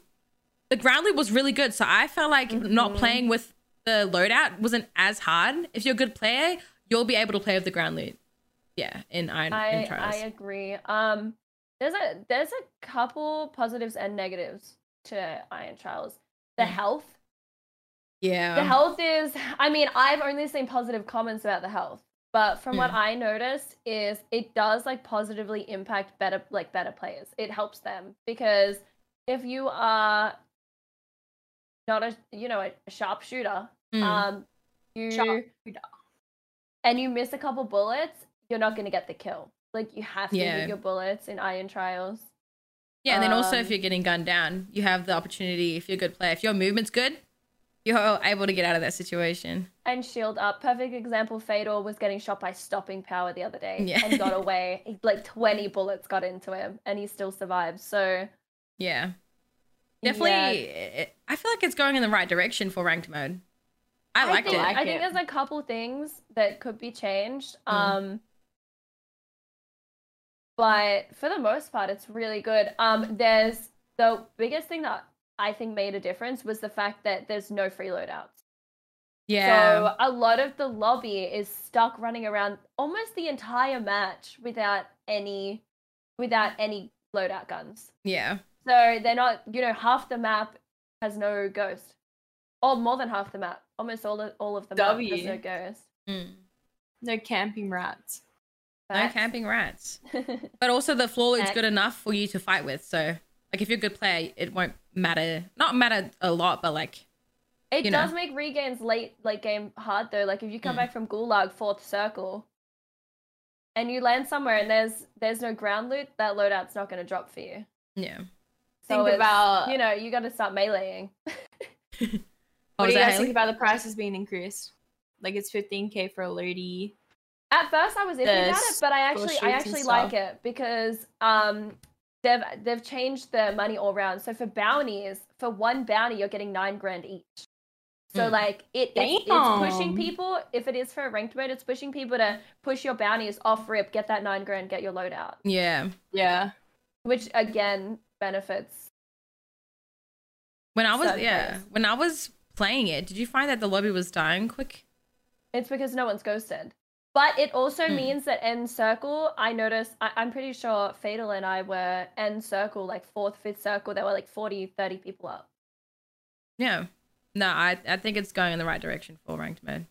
The ground loop was really good, so I felt like
Mm-hmm.
not playing with the loadout wasn't as hard. If you're a good player, you'll be able to play with the ground loop. Yeah, in Iron
I,
in
I
Trials.
agree. Um, there's a there's a couple positives and negatives to Iron Trials. The
Mm.
health,
yeah.
the health is. I mean, I've only seen positive comments about the health, but from what I noticed is it does like positively impact better like better players. It helps them because if you are not a you know a sharpshooter,
Mm.
um, you and you miss a couple bullets, you're not going to get the kill. Like you have to
Yeah.
use your bullets in iron trials.
Yeah, and then also if
Um,
you're getting gunned down, you have the opportunity. If you're a good player, if your movement's good, you're able to get out of that situation.
And shield up. Perfect example. Fatal was getting shot by stopping power the other day
Yeah.
and got away. He- Like twenty bullets got into him, and he still survived. So
Yeah, definitely. it- I feel like it's going in the right direction for ranked mode. I liked
think,
it.
like
I think
it.
there's a couple things that could be changed.
Mm.
Um, but for the most part, it's really good. Um, there's the biggest thing that I think made a difference was the fact that there's no free loadouts.
yeah,
So a lot of the lobby is stuck running around almost the entire match without any without any loadout guns.
yeah,
So they're not, you know, half the map has no ghost. Or more than half the map. Almost all of all of the map has
W.
no ghost.
Mm.
No camping rats.
no
Facts.
camping rats. But also the floor is
Facts.
good enough for you to fight with. So like if you're a good player, it won't matter. Not matter a lot, but like
it
you know.
does make regains late late game hard though. Like if you come
Mm.
back from Gulag fourth circle and you land somewhere and there's there's no ground loot, that loadout's not gonna drop for you.
yeah.
So it's-
think about
you know, you gotta start meleeing.
Oh,
what
is
do you
that
guys
Haley?
think about the prices being increased? Like it's 15k for a lady.
At first, I was iffy
the
about it, but I actually,
shoots
I
and
actually
stuff.
like it because um, they've they've changed the money all round. So for bounties, for one bounty, you're getting nine grand each. So
Mm.
like it, it's, it's pushing
Hmm. Damn.
people. If it is for a ranked mode, it's pushing people to push your bounties off rip, get that nine grand, get your loadout,
Yeah.
Yeah.
which again benefits.
When I was
Certain
yeah,
players.
when I was playing it, did you find that the lobby was dying quick?
It's because no one's ghosted. But it also
Hmm.
means that end circle, I noticed, I, I'm pretty sure Fatal and I were end circle, like fourth, fifth circle, there were like 40, 30 people up.
Yeah. No, I, I think it's going in the right direction for ranked mode.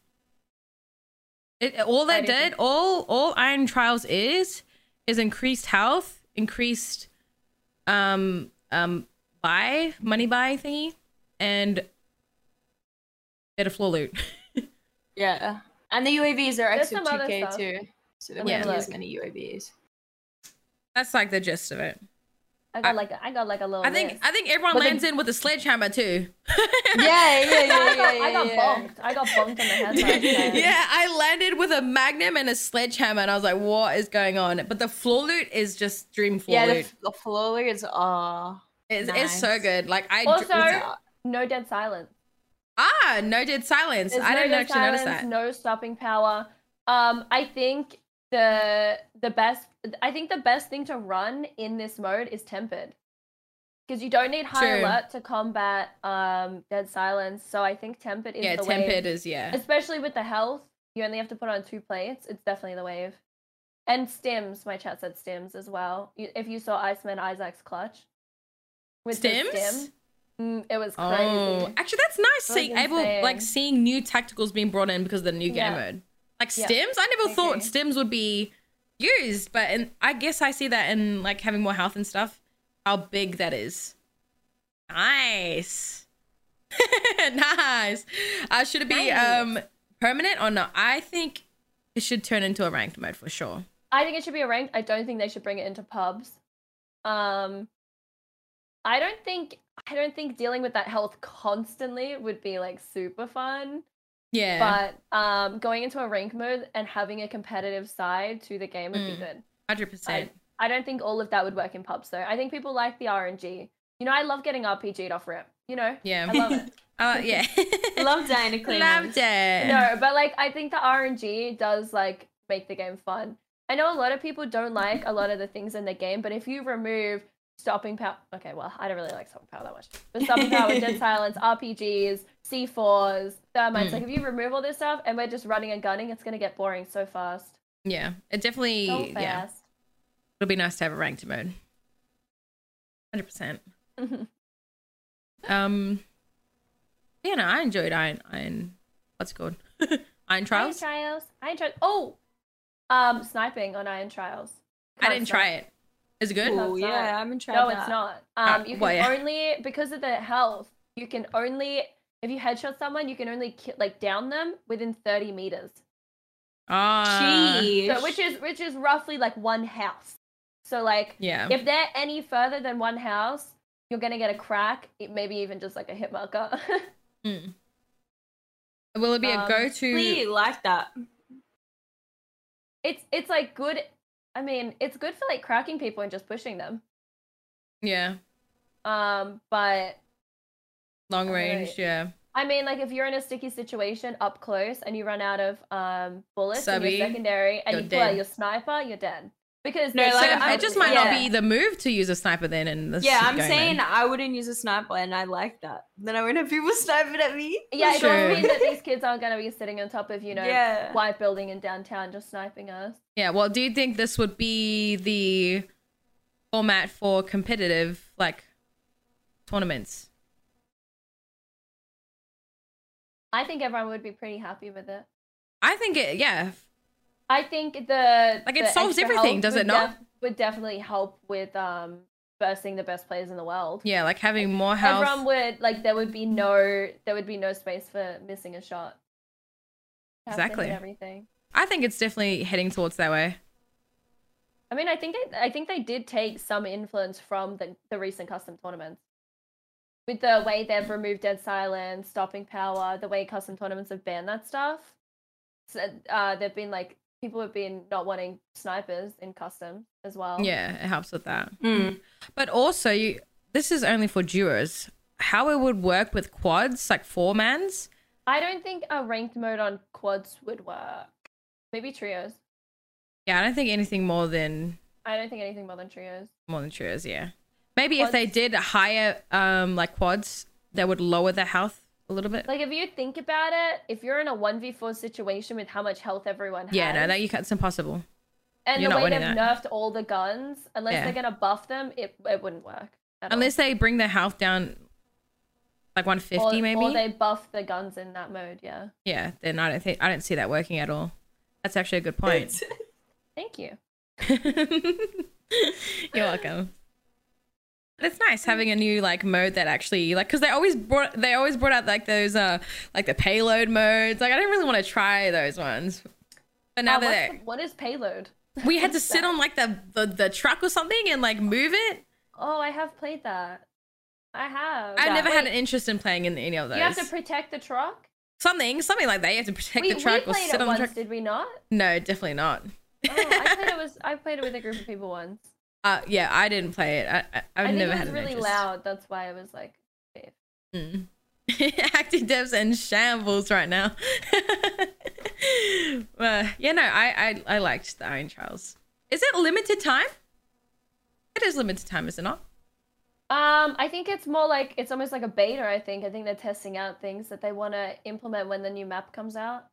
It, all
I
they
do
did,
think-
all all Iron Trials is, is increased health, increased um um buy, money buy thingy, and better floor loot.
Yeah. And the UAVs are
There's
extra
some other
2k
stuff.
too. So there
Let me
won't be
look.
as many UAVs.
That's like the gist of it.
I got like a, I got like a little.
I think
list.
I think everyone
But the-
lands in with a sledgehammer too.
yeah, yeah,
I got, I got bonked. I got bonked on the head. last time.
yeah, I landed with a magnum and a sledgehammer, and I was like, "What is going on?" But the floor loot is just dream floor
Yeah, the,
loot.
f- the floor is uh
It's, it's so
Nice.
good. Like I
Also-
was-
Sorry? No dead silence.
ah no dead silence.
There's
I
no
didn't
dead
actually notice
silence,
that.
No stopping power. Um, I think the the best. I think the best thing to run in this mode is tempered, because you don't need high
True.
alert to combat um dead silence. So I think tempered is
yeah,
the
tempered
wave.
is yeah.
Especially with the health, you only have to put on two plates. It's definitely the wave. And stims, my chat said stims as well. You- If you saw Iceman Isaac's clutch with the
Stims?
stim, mm, it was crazy.
Oh, actually, that's nice.
That
Seeing
was
able
insane.
like seeing new tacticals being brought in because of the new game
Yeah.
mode. Like
Yeah,
stims, I never
I
thought
agree.
stims would be used, but and I guess I see that in like having more health and stuff. How big that is. Nice, nice. Uh, should it be
Nice.
um permanent or not? I think it should turn into a ranked mode for sure.
I think it should be a ranked. I don't think they should bring it into pubs. Um, I don't think I don't think dealing with that health constantly would be like super fun.
Yeah,
But um, going into a rank mode and having a competitive side to the game would be
Mm.
good.
hundred percent.
I don't think all of that would work in pubs though. I think people like the RNG. You know, I love getting RPG'd off rip. You know, I
Yeah.
love it.
Oh yeah.
Love Diana Clayman.
Loved it.
no, but like I think the RNG does like make the game fun. I know a lot of people don't like a lot of the things in the game, but if you remove stopping power, okay, well I don't really like stopping power that much, but stopping power, dead silence, RPGs, C4s, thermites,
Mm.
like if you remove all this stuff and we're just running and gunning, it's gonna get boring so fast,
Yeah, it
so
definitely. yeah,
fast.
it'll be nice to have a ranked mode. Hundred percent. Um. Yeah, no, I enjoyed Iron Iron. What's it called? Iron
Iron
Trials.
trials, iron trials. Oh, um, sniping on iron trials.
I didn't try it. Is it good?
Ooh,
Oh yeah,
yeah,
I haven't tried
No,
that.
it's not.
Uh,
Um, you can
well, yeah.
only because of the health. You can only if you headshot someone, you can only ki- like down them within thirty meters.
Ah,
So which is which is roughly like one house. So like
yeah.
if they're any further than one house, you're gonna get a crack. It, maybe even just like a hit marker.
Mm. Will it be a
Um,
go-to?
really like that.
it's it's like good. I mean, it's good for like cracking people and just pushing them.
Yeah,
Um, but
long
All
range.
right.
Yeah,
I mean, like if you're in a sticky situation up close and you run out of um bullets in
Subby,
your secondary and
you're
you pull out
dead.
your sniper, you're dead. Because
No,
there's
like,
so
so
I-
it
much-
just might
yeah.
not be the move to use a sniper then. And this
Yeah, I'm
going
saying
on.
I wouldn't use a sniper, and I like that. Then I wouldn't have people sniping at me.
Yeah, it doesn't
Sure.
mean that these kids aren't gonna be sitting on top of you know
yeah.
white building in downtown just sniping us.
Yeah, well, do you think this would be the format for competitive like tournaments?
I think everyone would be pretty happy with it.
I think it. Yeah,
I think the
Like, it
the
solves
extra
everything,
help
does
would
it not?
would definitely help with um bursting the best players in the world.
yeah, like having more health.
Everyone would like there would be no there would be no space for missing a shot. Have to hit
Exactly.
everything.
I think it's definitely heading towards that way.
I mean, I think they, I think they did take some influence from the, the recent custom tournaments, with the way they've removed dead silence, stopping power, the way custom tournaments have banned that stuff. So, uh, they've been like people have been not wanting snipers in custom as well.
Yeah, it helps with that. But also, you, this is only for duos. How it would work with quads, like four mans?
I don't think a ranked mode on quads would work. Maybe trios.
Yeah, I don't think anything more than
I don't think anything more than trios.
more than trios. Yeah, maybe if they
Quads.
did higher, um, like quads, that would lower the health a little bit.
Like if you think about it, if you're in a one v four situation with how much health everyone has,
yeah, no, that you can't. It's impossible.
and
You're
the
not
way they've
winning
nerfed all the guns, unless
Yeah.
they're gonna buff them, it it wouldn't work. at all.
Unless they bring their health down like 150
or,
maybe.
or they buff the guns in that mode. Yeah,
yeah, then I don't think I don't see that working at all. That's actually a good point.
thank you.
You're welcome. But it's nice having a new like mode that actually like because they always brought they always brought out like those uh like the payload modes. Like I didn't really want to try those ones, but now
Uh, what's
that
the- what is payload?
we had to sit on like the, the the truck or something and like move it.
Oh, I have played that. I have.
I
Yeah.
never had
Wait.
an interest in playing in any of those.
you have to protect the truck.
something something like that. You have to protect
we,
the truck
we
or
played
sit
it
on
once,
the truck.
did we not?
No, definitely not.
Oh, I played it was I played it with a group of people once.
Uh, yeah, I didn't play it. I, I, I've
I think
never
it was
had an
really
interest.
loud. That's why I was like,
Mm. Acting devs in shambles right now. uh, yeah, no, I, I I liked the Iron Trials. Is it limited time? It is limited time, is it not?
Um, I think it's more like it's almost like a beta, I think. I think they're testing out things that they want to implement when the new map comes out.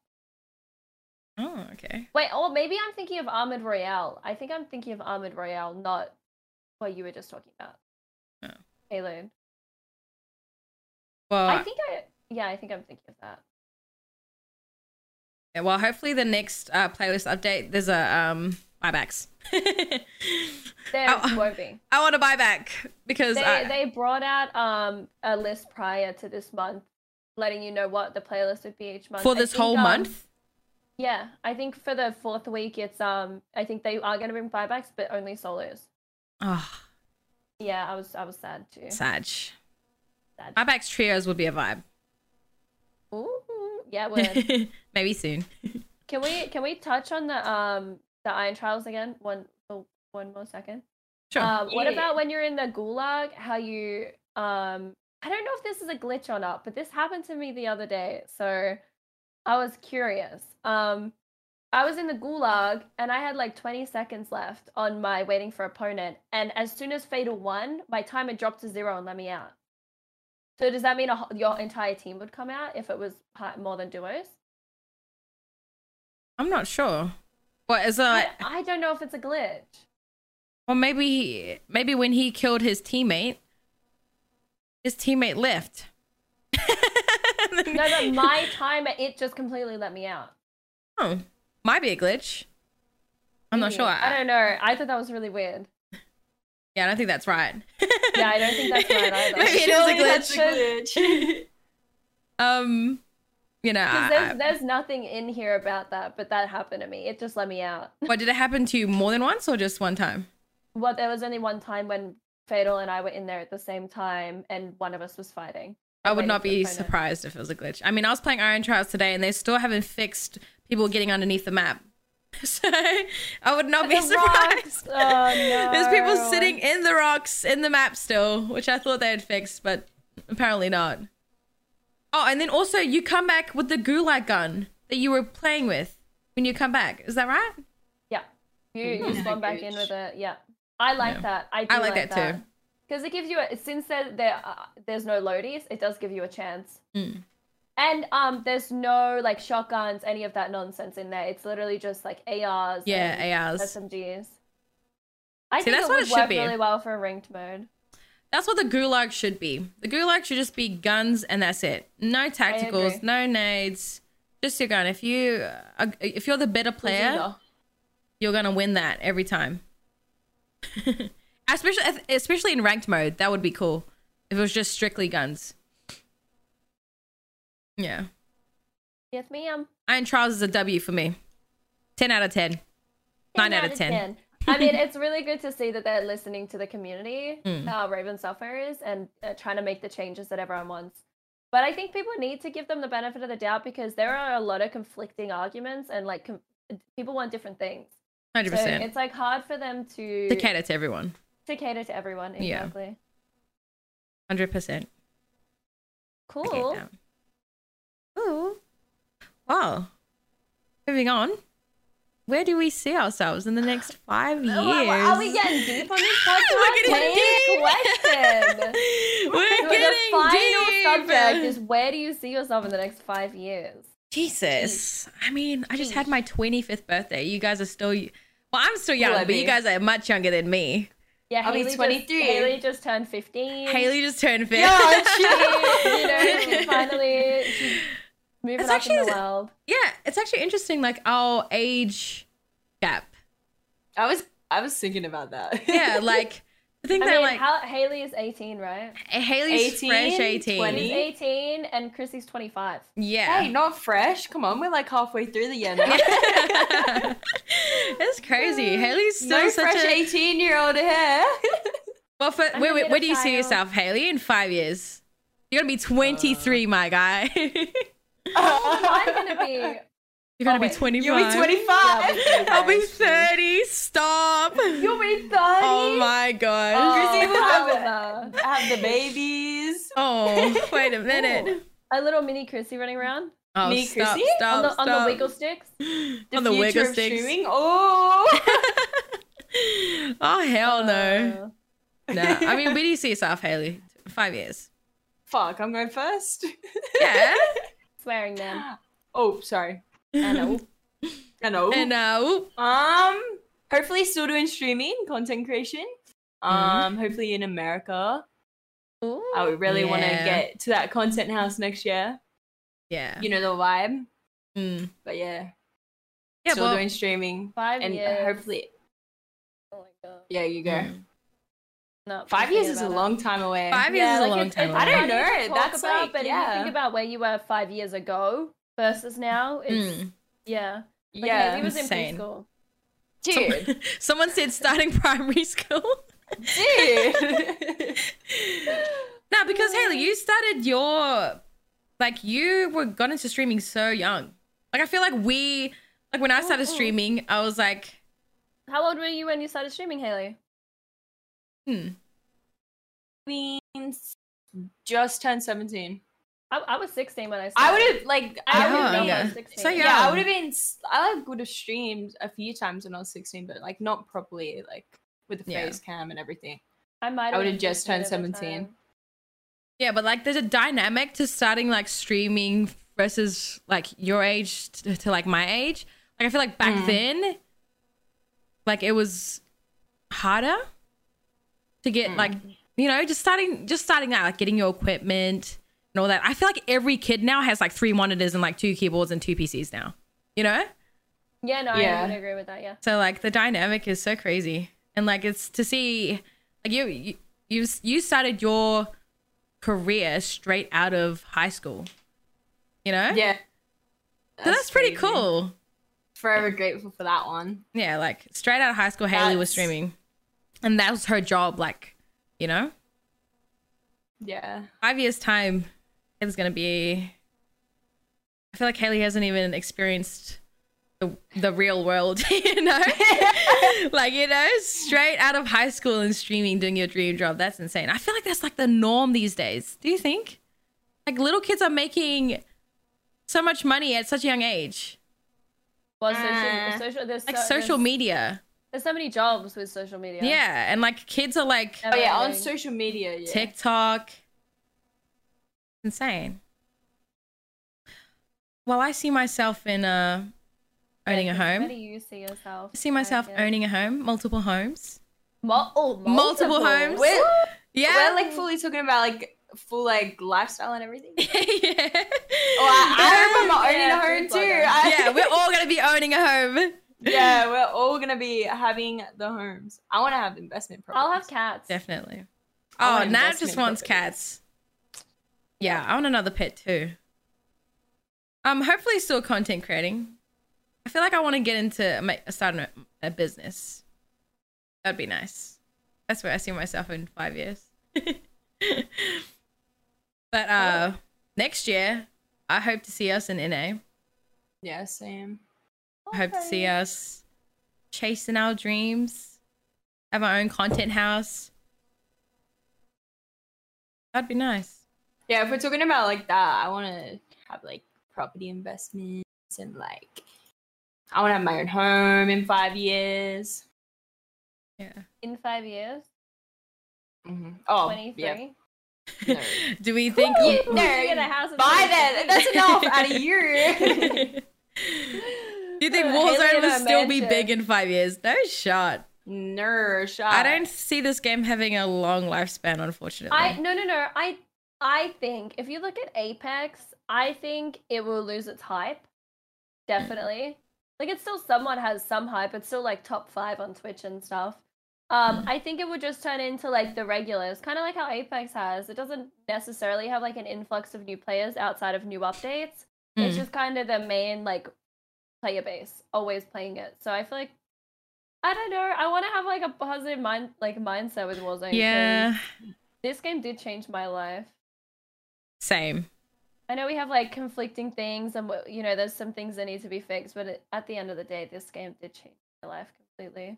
Oh, okay.
Wait, or maybe I'm thinking of Armored Royale. I think I'm thinking of Armored Royale, not what you were just talking about.
Oh.
Payload.
Well,
I think I yeah, I think I'm thinking of that.
yeah, well, hopefully the next uh, playlist update there's a um buybacks.
There
Oh,
won't be.
I want a buyback because
They
I,
they brought out um a list prior to this month, letting you know what the playlist would be each month.
for
I
this
think,
whole
um,
month.
Yeah, I think for the fourth week, it's um, I think they are going to bring buybacks, but only solos.
Oh,
Yeah, I was I was sad too.
Sag.
Sad.
Buybacks trios would be a vibe.
Ooh, yeah, word.
Maybe soon.
Can we can we touch on the um the iron trials again one for one more second?
Sure.
Um, what
Yeah.
about when you're in the gulag? How you um I don't know if this is a glitch or not, but this happened to me the other day, so I was curious. Um, I was in the gulag and I had like 20 seconds left on my waiting for opponent, and as soon as Fatal won, my timer dropped to zero and let me out. So does that mean a, ho- your entire team would come out if it was hi- more than duos?
I'm not sure. But is
I,
like,
I don't know if it's a glitch.
well, maybe he, maybe when he killed his teammate, his teammate left.
No, no, my timer, it just completely let me out.
Oh, might be a glitch. I'm not
Maybe.
sure.
I don't know. I thought that was really weird.
yeah, I don't think that's right.
Yeah, I don't think that's right either.
Maybe it
Surely
is
that's
a
a
glitch.
glitch.
Um, you know,
Because
I, I-
there's, there's nothing in here about that, but that happened to me. It just let me out.
What did it happen to you more than once or just one time?
Well, there was only one time when Fatal and I were in there at the same time, and one of us was fighting.
I would
waiting
not
for the
be
opponent.
surprised if it was a glitch. I mean, I was playing Iron Trials today and they still haven't fixed people getting underneath the map. So I would not
But
be
the rocks-
surprised.
Oh,
There's people
no.
sitting in the rocks in the map still, which I thought they had fixed, but apparently not. Oh, and then also you come back with the gulag gun that you were playing with when you come back. Is that right?
Yeah, you you
Yeah,
spawn back in
good.
with it. Yeah, I like
Yeah.
that. I, do
I like that too.
because it gives you a since there, there uh, there's no loadies, it does give you a chance.
Mm.
And um, there's no like shotguns, any of that nonsense in there. It's literally just like ARs. and
Yeah, ARs.
SMGs. I
See,
think
that's what
it would
it should
work
be.
really well for ranked mode.
That's what the gulag should be. The gulag should just be guns and that's it. No tacticals,
agree.
no nades, just your gun. If you uh, if you're the better player, you're gonna win that every time. especially especially in ranked mode, that would be cool. If it was just strictly guns. Yeah,
Yes, ma'am.
Iron Trials is a W for me. Ten out of ten. Nine
10
out of 10.
I mean, it's really good to see that they're listening to the community,
Mm.
how Raven Software is, and uh, trying to make the changes that everyone wants. But I think people need to give them the benefit of the doubt because there are a lot of conflicting arguments and like com- uh, people want different things.
Hundred
So
percent.
it's like hard for them to
To cater to everyone.
to cater to everyone.
Yeah.
Exactly.
Hundred percent.
Cool.
Cool. Wow. Moving on. Where do we see ourselves in the next five years?
Oh, wow, Are we getting deep on this podcast?
We're getting deep.
question.
We're
So
getting
the final
deep.
subject is where do you see yourself in the next five years?
Jesus. I mean, I just had my 25th birthday. You guys are still. Well, I'm still young,
Well, I
but you
mean-
guys are much younger than me.
Yeah,
I'll be
Haley
23.
Just, Haley just turned 15.
Haley just turned 50.
Yeah,
you know, she finally she's moving
It's
up in
actually-
the world.
yeah, it's actually interesting, like our age gap.
I was I was thinking about that.
Yeah, like, I think
I
that
mean,
like.
Hal- Haley is 18, right?
Haley's
18,
fresh 18.
20.
She's 18 and Chrissy's 25.
Yeah.
Hey, not fresh. Come on, we're like halfway through the year now.
That's crazy. Haley's still
no
such
fresh
a.
18 year old hair.
Well, for,
I'm
where, where,
a little
where do you see
child.
yourself, Haley, in five years? You're
Uh.
gonna be 23, my guy. You're
I'm gonna be.
gonna be
wait.
25.
You'll be 25.
Yeah,
I'll be
Actually.
30. Stop.
You'll be 30.
Oh my gosh.
Oh,
Chrissy will have
however.
have the babies.
Oh, wait a minute.
A little mini Chrissy running around
Oh,
Me,
stop,
Chrissy?
on
stop,
the, on the
stop.
wiggle sticks.
The
On the
future
wiggle
of
sticks.
streaming. Oh,
Oh, hell no.
Uh,
No. I mean, where do you see yourself, Haley? Five years.
fuck! I'm going first.
Yeah.
swearing them.
Oh, sorry.
I know.
I know.
And, uh, whoop.
Um, hopefully still doing streaming, content creation.
Mm-hmm.
Um, hopefully in America. I would really want to
Yeah.
get to that content house next year.
yeah.
You know the vibe.
Mm.
But yeah,
Yeah,
still
well,
doing streaming,
Five
and
years.
hopefully,
Oh my god.
yeah, you go.
Mm.
Not
Five
thinking
years is a
about it.
long time away.
Five years is a long
it's-
time.
it's
away.
I don't
funny to
know,
talk
that's
about,
like-
but if you
yeah.
think about where you were five years ago versus now, it's
Mm.
yeah. Like, Haley
yeah,
was in
Insane.
preschool.
dude,
Someone said starting primary school.
dude.
no, because Haley, you started your like you were got into streaming so young. Like I feel like we like when I started
Mm-mm.
streaming, I was like,
How old were you when you started streaming, Haley?
hmm.
Means just turned 17.
I, I was 16 when I started.
I would have, like,
I
I
was
would
Yeah.
have
young
been.
at
Yeah.
16.
So
Yeah,
Yeah.
I would have been. s- I like would have streamed a few times when I was 16, but like not properly, like with the
Yeah.
face cam and everything.
I might.
I would've
been
just turned
16 at the
17.
time.
Yeah, but like there's a dynamic to starting like streaming versus like your age to, to like my age. Like I feel like back
Mm.
then, like it was harder to get
Mm.
like you know just starting just starting out like getting your equipment and all that. I feel like every kid now has like three monitors and like two keyboards and two PCs now. You know,
Yeah, no, I
Yeah.
would agree with that. Yeah.
so like the dynamic is so crazy, and like it's to see like you you you, you started your career straight out of high school. You know,
Yeah,
so that's pretty
crazy.
cool.
Forever grateful for that one.
Yeah, like straight out of high school, Haley was
That's-
streaming, and that was her job. Like, you know,
Yeah,
five years time, it's gonna be. I feel like Haley hasn't even experienced the the real world, you know. like you know, straight out of high school and streaming, doing your dream job. That's insane. I feel like that's like the norm these days. Do you think? Like little kids are making so much money at such a young age,
Well, social,
Uh,
social, there's
Ah. like
so,
social
there's,
media.
There's so many jobs with social media.
Yeah. and like kids are like
Yeah.
oh yeah, on
Amazing.
social media. Yeah,
TikTok. Insane. Well, I see myself in uh, owning a
Like, Where do
home.
you see yourself?
I see myself
Like, yeah.
owning a home, multiple homes.
Mul- oh, multiple.
multiple homes.
We're,
Yeah.
we're like fully talking about like full like lifestyle and everything.
yeah.
Oh, I, I hope I'm
Yeah,
owning a home
food blogger.
too. I-
yeah, we're all gonna be owning a home.
yeah, we're all gonna be having the homes. I want to have investment properties.
I'll have cats.
Definitely.
I
Oh,
want
Nat just
investment
wants cats.
properties.
Yeah, I want another pet too. Um, hopefully still content creating. I feel like I want to get into ma- starting a, a business. That'd be nice. That's where I see myself in five years. but uh, next year, I hope to see us in NA.
Yeah, same.
I hope to see
Okay.
us chasing our dreams, have our own content house. That'd be nice.
Yeah, if we're talking about like that, I want to have like property investments and like I want to have my own home in five years.
Yeah.
in five years.
Mm-hmm.
hmm Oh,
Twenty three.
yeah. No.
Do we think?
Yeah,
We're
no,
gonna get a house in
By
23.
then, that's enough out of you.
Do you think
Uh,
Warzone
Alien
will still be
Dimension.
big in five years? No shot.
no shot.
Ah.
I don't see this game having a long lifespan, unfortunately.
I no no no. I I think if you look at Apex, I think it will lose its hype. Definitely. Like it still somewhat has some hype. It's still like top five on Twitch and stuff. Um,
Hmm.
I think it would just turn into like the regulars, kind of like how Apex has. It doesn't necessarily have like an influx of new players outside of new updates. It's
Mm.
just kind of the main like player base always playing it. So I feel like I don't know. I want to have like a positive mind like mindset with Warzone. 'cause
yeah,
this game did change my life.
same.
I know we have like conflicting things, and what- you know, there's some things that need to be fixed. But it, at the end of the day, this game did change my life completely.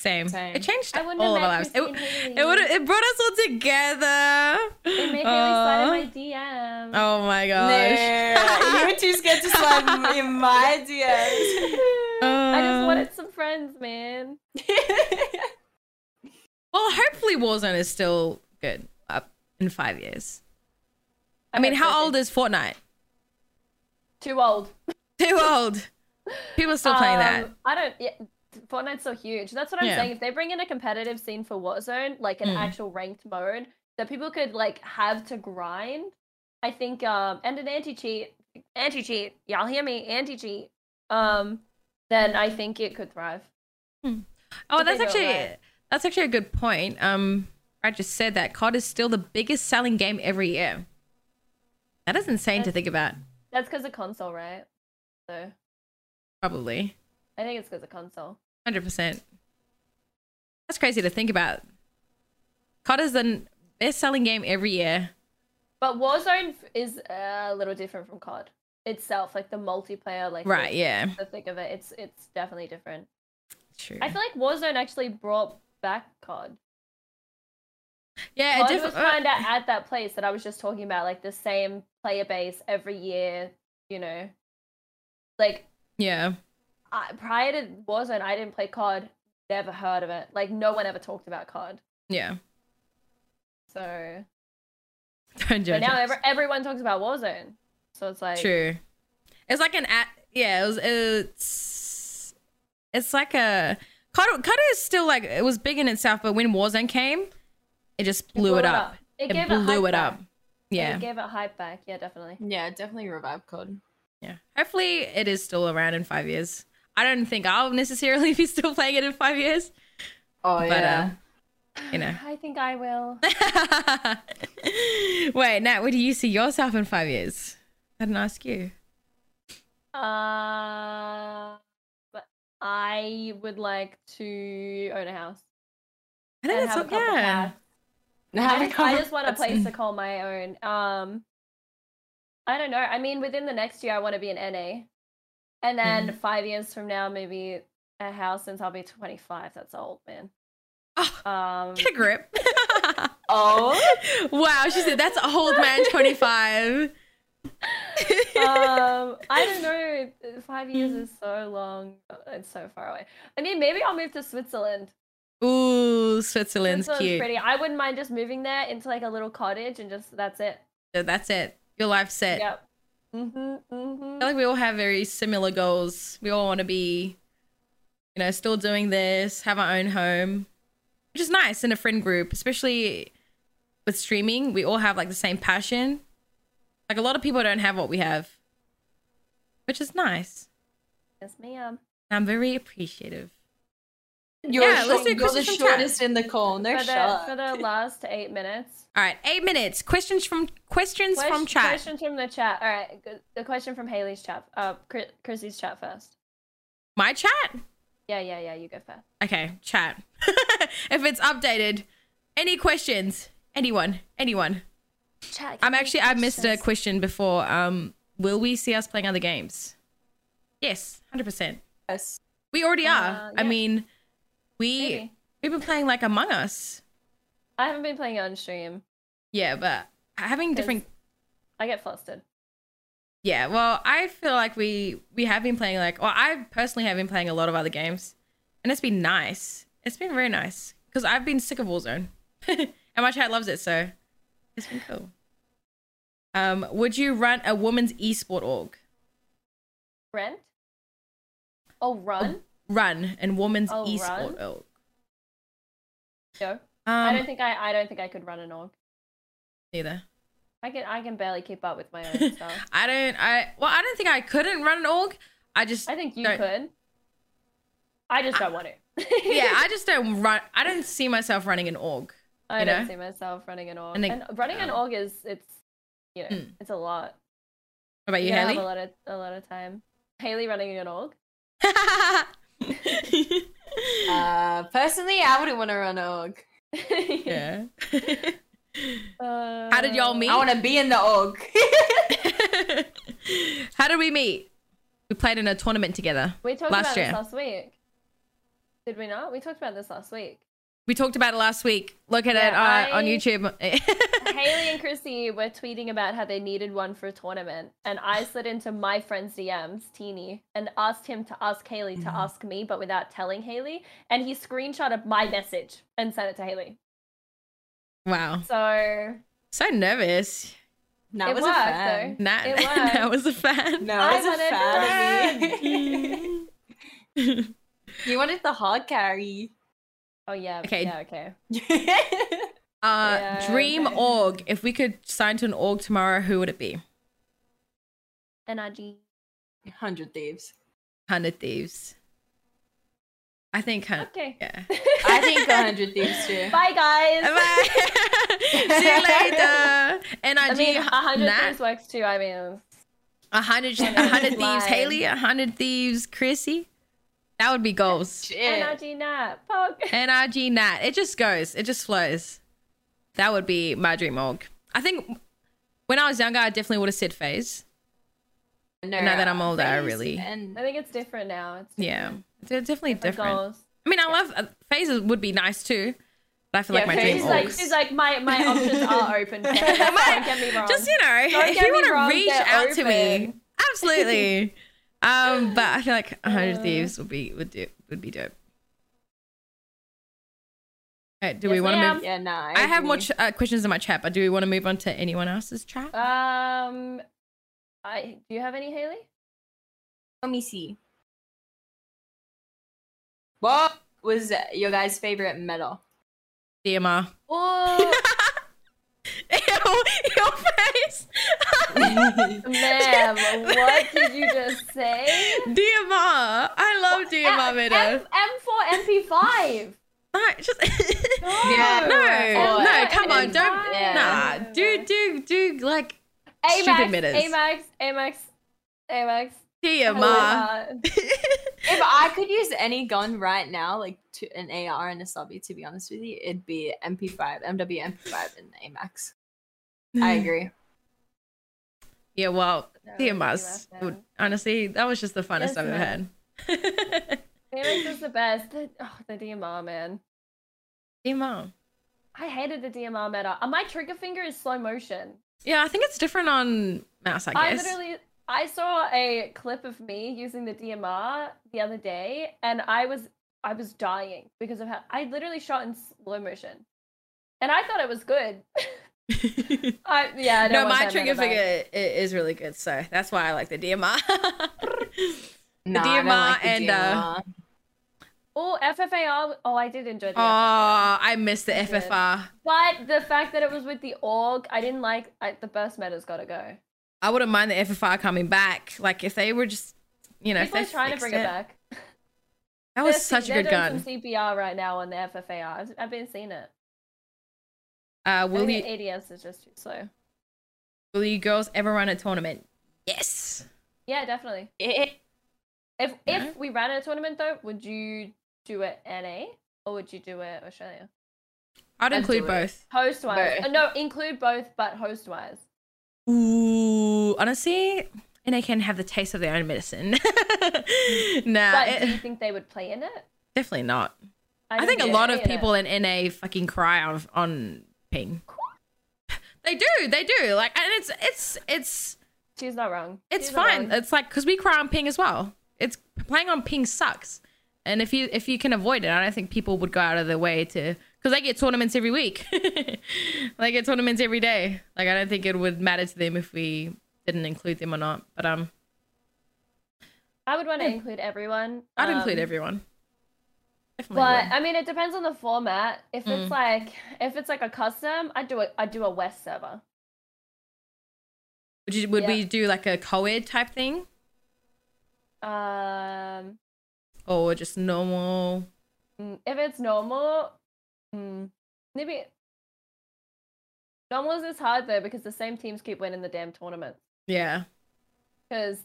Same.
Same.
It changed
I wouldn't
all of
have
our
met
lives. It,
Christine Haley.
it, would, it brought us all together.
It made Haley
Aw.
slide in my DM.
Oh my
No,
gosh.
you were too scared to slide in my DMs.
I just
Uh,
wanted some friends, man.
Well, hopefully Warzone is still good up in five years. I, mean,
hope
how
so,
old is Fortnite?
too. Too old.
Too old. People are still playing that.
Um, I don't. Yeah, Fortnite's so huge. That's what I'm
Yeah.
saying. If they bring in a competitive scene for Warzone, like an
Mm.
actual ranked mode that people could like have to grind, I think. Um, and an anti cheat, anti cheat. Y'all hear me? Anti cheat. Um, then I think it could thrive.
Oh,
Did they
that's
do
actually
it right?
that's actually a good point. Um, I just said that COD is still the biggest selling game every year. That is insane to
That's-
think about.
That's because of console, right? So
Probably
I think it's because of console.
hundred percent. That's crazy to think about. COD is the best selling game every year.
But Warzone f- is a little different from COD itself, like the multiplayer, like the-
Right, yeah.
the thick of it. It's it's definitely different.
True.
I feel like Warzone actually brought back COD.
yeah,
COD
it
was
diff- uh,
kind of at that place that I was just talking about, like the same player base every year. You know, like
yeah.
I, prior to Warzone, I didn't play COD. Never heard of it. Like no one ever talked about COD.
Yeah.
So,
Don't
but
judge
now
us.
ever, everyone talks about Warzone. So it's like
True. It's like an at yeah, it was it's it's like a Cutter, Cutter is still like it was big in itself, but when Warzone came, it just blew, it up.
It,
It,
gave it
blew
hype
it
back.
up. Yeah.
It gave it hype back. Yeah, definitely.
Yeah, definitely revive code.
yeah. Hopefully it is still around in five years. I don't think I'll necessarily be still playing it in five years.
Oh
But
yeah.
um, you know.
I think I will.
Wait, Nat, where do you see yourself in five years? I didn't ask you.
Uh, but I would like to own a house.
I think
and
that's
have a
what,
couple
yeah.
cats.
uh,
I just, I just want a place to call my own. Um, I don't know. I mean, within the next year, I want to be an NA, and then
Mm-hmm.
five years from now, maybe a house since I'll be twenty five. That's old man.
Oh,
Um,
get a grip.
Oh,
wow, she said that's old man 25.
um, I don't know. Five years
Mm.
is so long. It's so far away. I mean, maybe I'll move to Switzerland.
Ooh, Switzerland's
Switzerland's
cute.
pretty. I wouldn't mind just moving there into like a little cottage and just that's it.
So that's it. Your life's set.
Yep. Mhm.
I
Mhm.
feel like we all have very similar goals. We all want to be, you know, still doing this, have our own home, which is nice in a friend group, especially with streaming. We all have like the same passion. Like a lot of people don't have what we have, which is nice.
Yes, ma'am.
I'm very appreciative.
you're,
Yeah, let's
short-
do
you're the
Christmas from chat.
shortest in the call. No
For the,
shot.
for the last eight minutes.
All right, eight minutes. Questions from questions from
Question-
chat.
Questions from the chat. All right. good- The question from Haley's chat. Uh, Chris- Chrissy's chat first.
My chat.
Yeah, yeah, yeah. You go first.
Okay, chat. if it's updated, any questions? Anyone? Anyone?
Chat.
I'm actually I missed a question before. Um, will we see us playing other games? Yes, hundred percent.
Yes.
We already are.
Uh,
I
yeah.
mean, we
Maybe.
we've been playing like Among Us.
I haven't been playing it on stream.
Yeah, but having different.
I get flustered.
Yeah, well, I feel like we we have been playing like. Well, I personally have been playing a lot of other games, and it's been nice. It's been very nice because I've been sick of Warzone, and my chat loves it, so it's been cool. Um, would you run a woman's esport org?
Rent. Oh, run.
Run and woman's
Oh,
esport org.
No. I
Um,
don't think I. I don't think I could run an org.
neither.
I can. I can barely keep up with my own stuff.
I don't. I well, I don't think I couldn't run an org. I just
I think you
don't-
could. I just don't want to.
yeah. I just don't run. I don't see myself running an org.
I
you
don't
know?
see myself running an org.
And
And,
they-
running an
um,
org is it's you know
Mm.
it's a lot.
What about you,
gotta
Haley?
have a lot of a lot of time. Haley running an org.
Uh, personally, I wouldn't want to run org.
yeah. How did y'all
Uh,
meet?
I want to be in the org.
How did we meet? We played in a tournament together.
We talked
last
about
year?
this last week. Did we not? We talked about this last week.
We talked about it last week. Look at
Yeah,
it uh, on
I-
YouTube.
Haley and Chrissy were tweeting about how they needed one for a tournament, and I slid into my friend's DMs, Teeny, and asked him to ask Haley to ask me, but without telling Haley. And he screenshotted my message and sent it to Haley.
wow.
So
So nervous.
Now
it
was
worked,
a fan.
though.
Nat,
It
Nat was a fan.
No,
I
was a
wanted
fan. of me.
Mm.
you wanted the hard carry.
Oh yeah.
Okay.
Yeah. Okay.
Uh,
Yeah.
Dream org. If we could sign to an org tomorrow, who would it be?
NRG.
Hundred thieves.
Hundred Thieves. I think. Hun-
Okay.
Uh, yeah.
I think hundred thieves too.
Bye guys.
Bye. See you later. NRG.
I mean, a hundred
Nat,
things works too. I mean,
a hundred. A hundred thieves.
Live.
Haley. A hundred thieves. Chrissy. That would be goals.
Shit.
NRG Nat. Pog.
NRG Nat. It just goes. It just flows. That would be my dream org. I think When I was younger, I definitely would have said phase.
No,
Now that I'm
uh,
older, I
phase
really-
I
And
think it's different now. It's
Yeah, they're definitely
different
different.
goals.
I mean, I love uh, phases would be nice too, but I feel like my
Yeah, she's
dream
phase,
like
orgs.
she's like my my options are open. Don't get me wrong.
Just you know,
Don't
if
get
you
me
want
wrong,
to reach
they're
out to me,
open.
absolutely. um, but I feel like hundred
Uh.
thieves would be would do would be dope. Alright, do
Yes,
we want to
ma'am.
move?
yeah, no. I,
I have more
agree.
ch- uh, questions in my chat, but do we want to move on to anyone else's chat?
um, I do you have any Haley?
Let me see. What was your guys' favorite metal?
DMR.
Oh
Ew, your face.
ma'am, what did you just say?
DMR. I love DMR better.
M4 MP5.
No, just no,
Yeah.
no,
Yeah.
come on, don't.
Yeah.
Nah, do do do like
A
Stupid
Max,
minutes.
A Max, A Max, A Max.
DMR.
uh,
If I could use any gun right now, like to, an AR and a subby, to be honest with you, it'd be MP5, MW MP5, and AMAX. I
Mm.
agree.
Yeah, well,
No,
DMR's
DMR,
would
no.
honestly that was just the funnest
Yes,
I've ever had.
ma'am. A Max is the best. The, oh, the DMR man.
DMR.
I hated the DMR meta. Uh, My trigger finger is slow motion.
Yeah, I think it's different on mouse. I
I,
guess.
literally I saw a clip of me using the DMR the other day and I was I was dying because of how I literally shot in slow motion. And I thought it was good. I yeah, I don't
no,
want
my
that
trigger
meta back.
figure i- is really good, so that's why I like the DMR.
Nah, I don't
DMR
like the
and, uh,
DMR.
Oh, FFAR. Oh, I did enjoy the
oh,
FFAR.
I missed the
Good.
FFR.
But the fact that it was with the org, I didn't like. I, the burst meta's got to go.
I wouldn't mind the FFR coming back. Like if they were just, you know, if
People are
they
trying to
fixed
bring it back.
That was
They're se-
such a
they're
good
doing
gun.
Some CPR right now on the FFAR. I've, I've been seeing it.
Uh,
Will
will you,
ADS is just too slow.
will you girls ever run a tournament? Yes.
Yeah, definitely.
It-
If
Yeah.
if we ran a tournament though, would you do it NA or would you do it Australia?
I'd
I'd
include
do it.
both.
Host wise,
Both.
uh, no, include both, but host wise.
Ooh, honestly, and they can have the taste of their own medicine. nah,
But
Uh, it-
do you think they would play in it?
definitely not. I
don't
think a
they'd
lot
play
of
in it.
people in NA fucking cry on on ping. They do, they do. Like, and it's it's it's
She's not wrong.
it's
She's not
fine.
wrong.
It's like because we cry on ping as well. It's playing on ping sucks, and if you if you can avoid it, I don't think people would go out of their way to because they get tournaments every week. they get tournaments every day. Like I don't think it would matter to them if we didn't include them or not. But um,
I would want to include everyone.
I'd
um,
include everyone. Definitely.
But
would.
I mean, it depends on the format. If
Mm.
it's like if it's like a custom, I do a I do a West server.
would you, would
yeah.
we do like a co-ed type thing
Um,
or just normal?
mm, if it's normal, mm, maybe normals is hard though because the same teams keep winning the damn tournament.
Yeah.
Because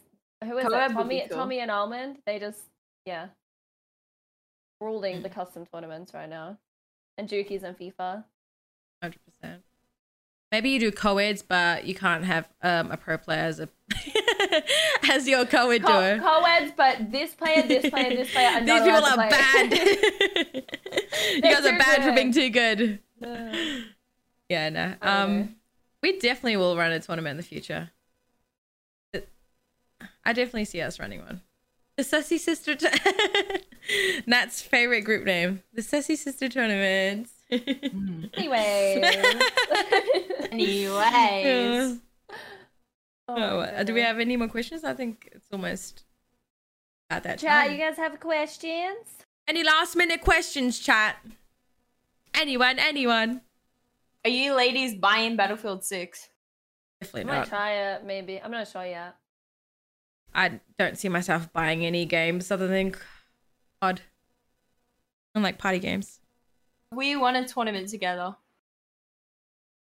who is it?
Collab would
Tommy,
be cool.
Tommy and Almond. They just yeah, ruling the custom tournaments right now, and Juki's and FIFA.
hundred percent. Maybe you do co-eds, but you can't have um, a pro player as a as your co-ed
Co-
duo.
co-eds, but this player, this player, this player. Are
These
not allowed
people
to
are
play.
bad. you guys
too
are bad for
good.
being too good.
Yeah.
Yeah, no.
I don't know.
Um, we definitely will run a tournament in the future. It- I definitely see us running one. The Sussy Sister. T- Nat's favorite group name. The Sussy Sister Tournaments.
Anyway.
Anyways,
Oh, uh, do we have any more questions? I think it's almost at that
Chat,
time.
you guys have questions?
any last minute questions, chat? Anyone? Anyone?
are you ladies buying Battlefield 6?
I'm
Definitely
gonna
not.
try it, maybe. I'm not sure yet.
I don't see myself buying any games other than COD. And like party games.
We won a tournament together.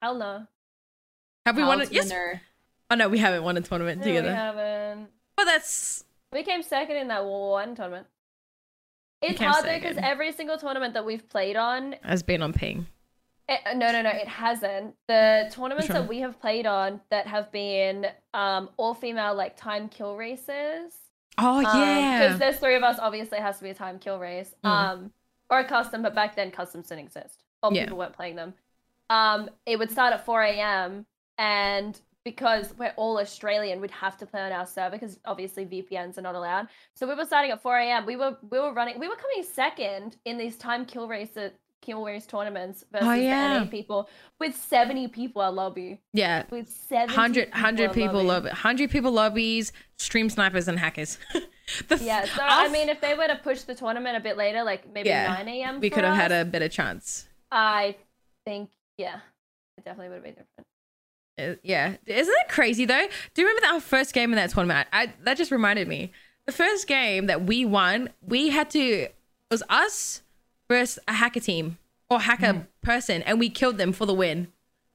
Hell no.
Have we won? A-
How's
yes.
winner?
Oh no, we haven't won a tournament
No,
together.
we haven't.
But that's
We came second in that one tournament. It's
came
hard though because
second.
every single tournament that we've played on,
has been on ping.
It, uh, no, no, no, it hasn't. The tournaments
one?
that we have played on that have been um, all female, like time kill races.
Oh
Because
yeah.
Um, there's three of us, obviously, it has to be a time kill race.
Mm.
Um, or a custom, but back then customs didn't exist. Or
Yeah.
people weren't playing them. Um, it would start at 4 a.m. And because we're all Australian, we'd have to play on our server because obviously VPNs are not allowed. So we were starting at 4 a.m. We were we were running we were coming second in these time kill races kill race tournaments versus the
Oh, yeah.
NA people with 70 people at lobby.
yeah.
With 70
100, 100
at
people
lobby.
lobby. 100 people lobbies, stream snipers and hackers. the f-
Yeah, so
our
I mean, if they were to push the tournament a bit later, like maybe
Yeah,
9 a.m.,
we
for
could have had
us,
a better chance.
I think, yeah, it definitely would have been different.
Uh, yeah, isn't that crazy though? Do you remember that our first game in that tournament? I, I that just reminded me. The first game that we won, we had to it was us versus a hacker team or hacker person, and we killed them for the win.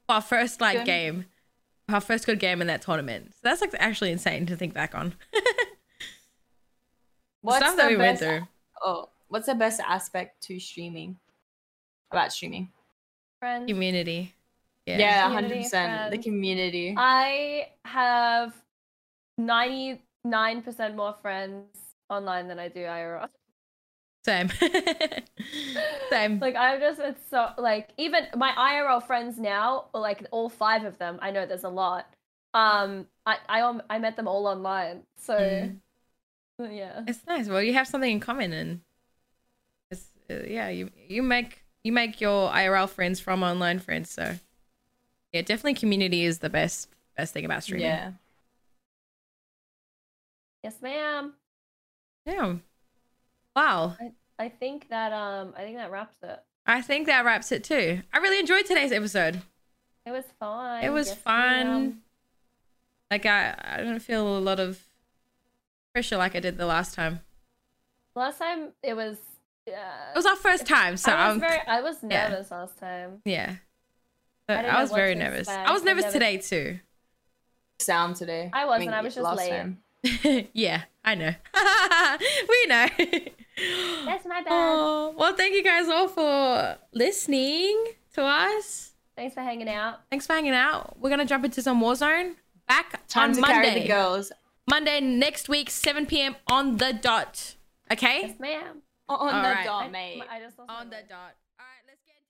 For Our first like
Good.
game, our first good game in that tournament. So that's like actually insane to think back on.
What's
Stuff
the
that we went
best?
through.
Oh, what's the best aspect to streaming? About streaming?
Friends,
Community. Yeah.
Yeah, hundred
Community,
percent. The
friends.
community.
I have 99% more friends online than I do IRL.
Same. Same.
Like, I've just, it's so, like, even my IRL friends now, or, like, all five of them, I know there's a lot. Um, I, I, om- I met them all online, so
Mm.
yeah.
It's nice. Well, you have something in common, and it's uh, yeah. You you make you make your IRL friends from online friends. So yeah, definitely community is the best best thing about streaming.
Yeah.
Yes, ma'am.
Yeah. Wow.
I think that um I think that wraps it.
I think that wraps it too. I really enjoyed today's episode.
It was fun.
It was
Yes,
fun.
ma'am.
Like I I didn't feel a lot of pressure like I did the last time.
Last time it was uh,
It was our first time, so
I was
I'm
very I was
yeah.
nervous last time.
yeah. So
I don't
I,
know
was
what
very
to
nervous.
expect.
I was
I've
nervous
never-
today too.
Sound today.
I wasn't, I was just
last
late.
time.
yeah, I know. we
Um,
know.
That's my bad.
oh, well, thank you guys all for listening to us.
Thanks for hanging out.
Thanks for hanging out. We're gonna jump into some Warzone. Back
Time
on
to carry the
Monday.
girls.
Monday next week, 7 p.m. on the dot. Okay.
Yes, ma'am.
On the
Alright.
dot,
I-
mate.
I just lost my
Oh, On the
voice.
dot. All right, let's get.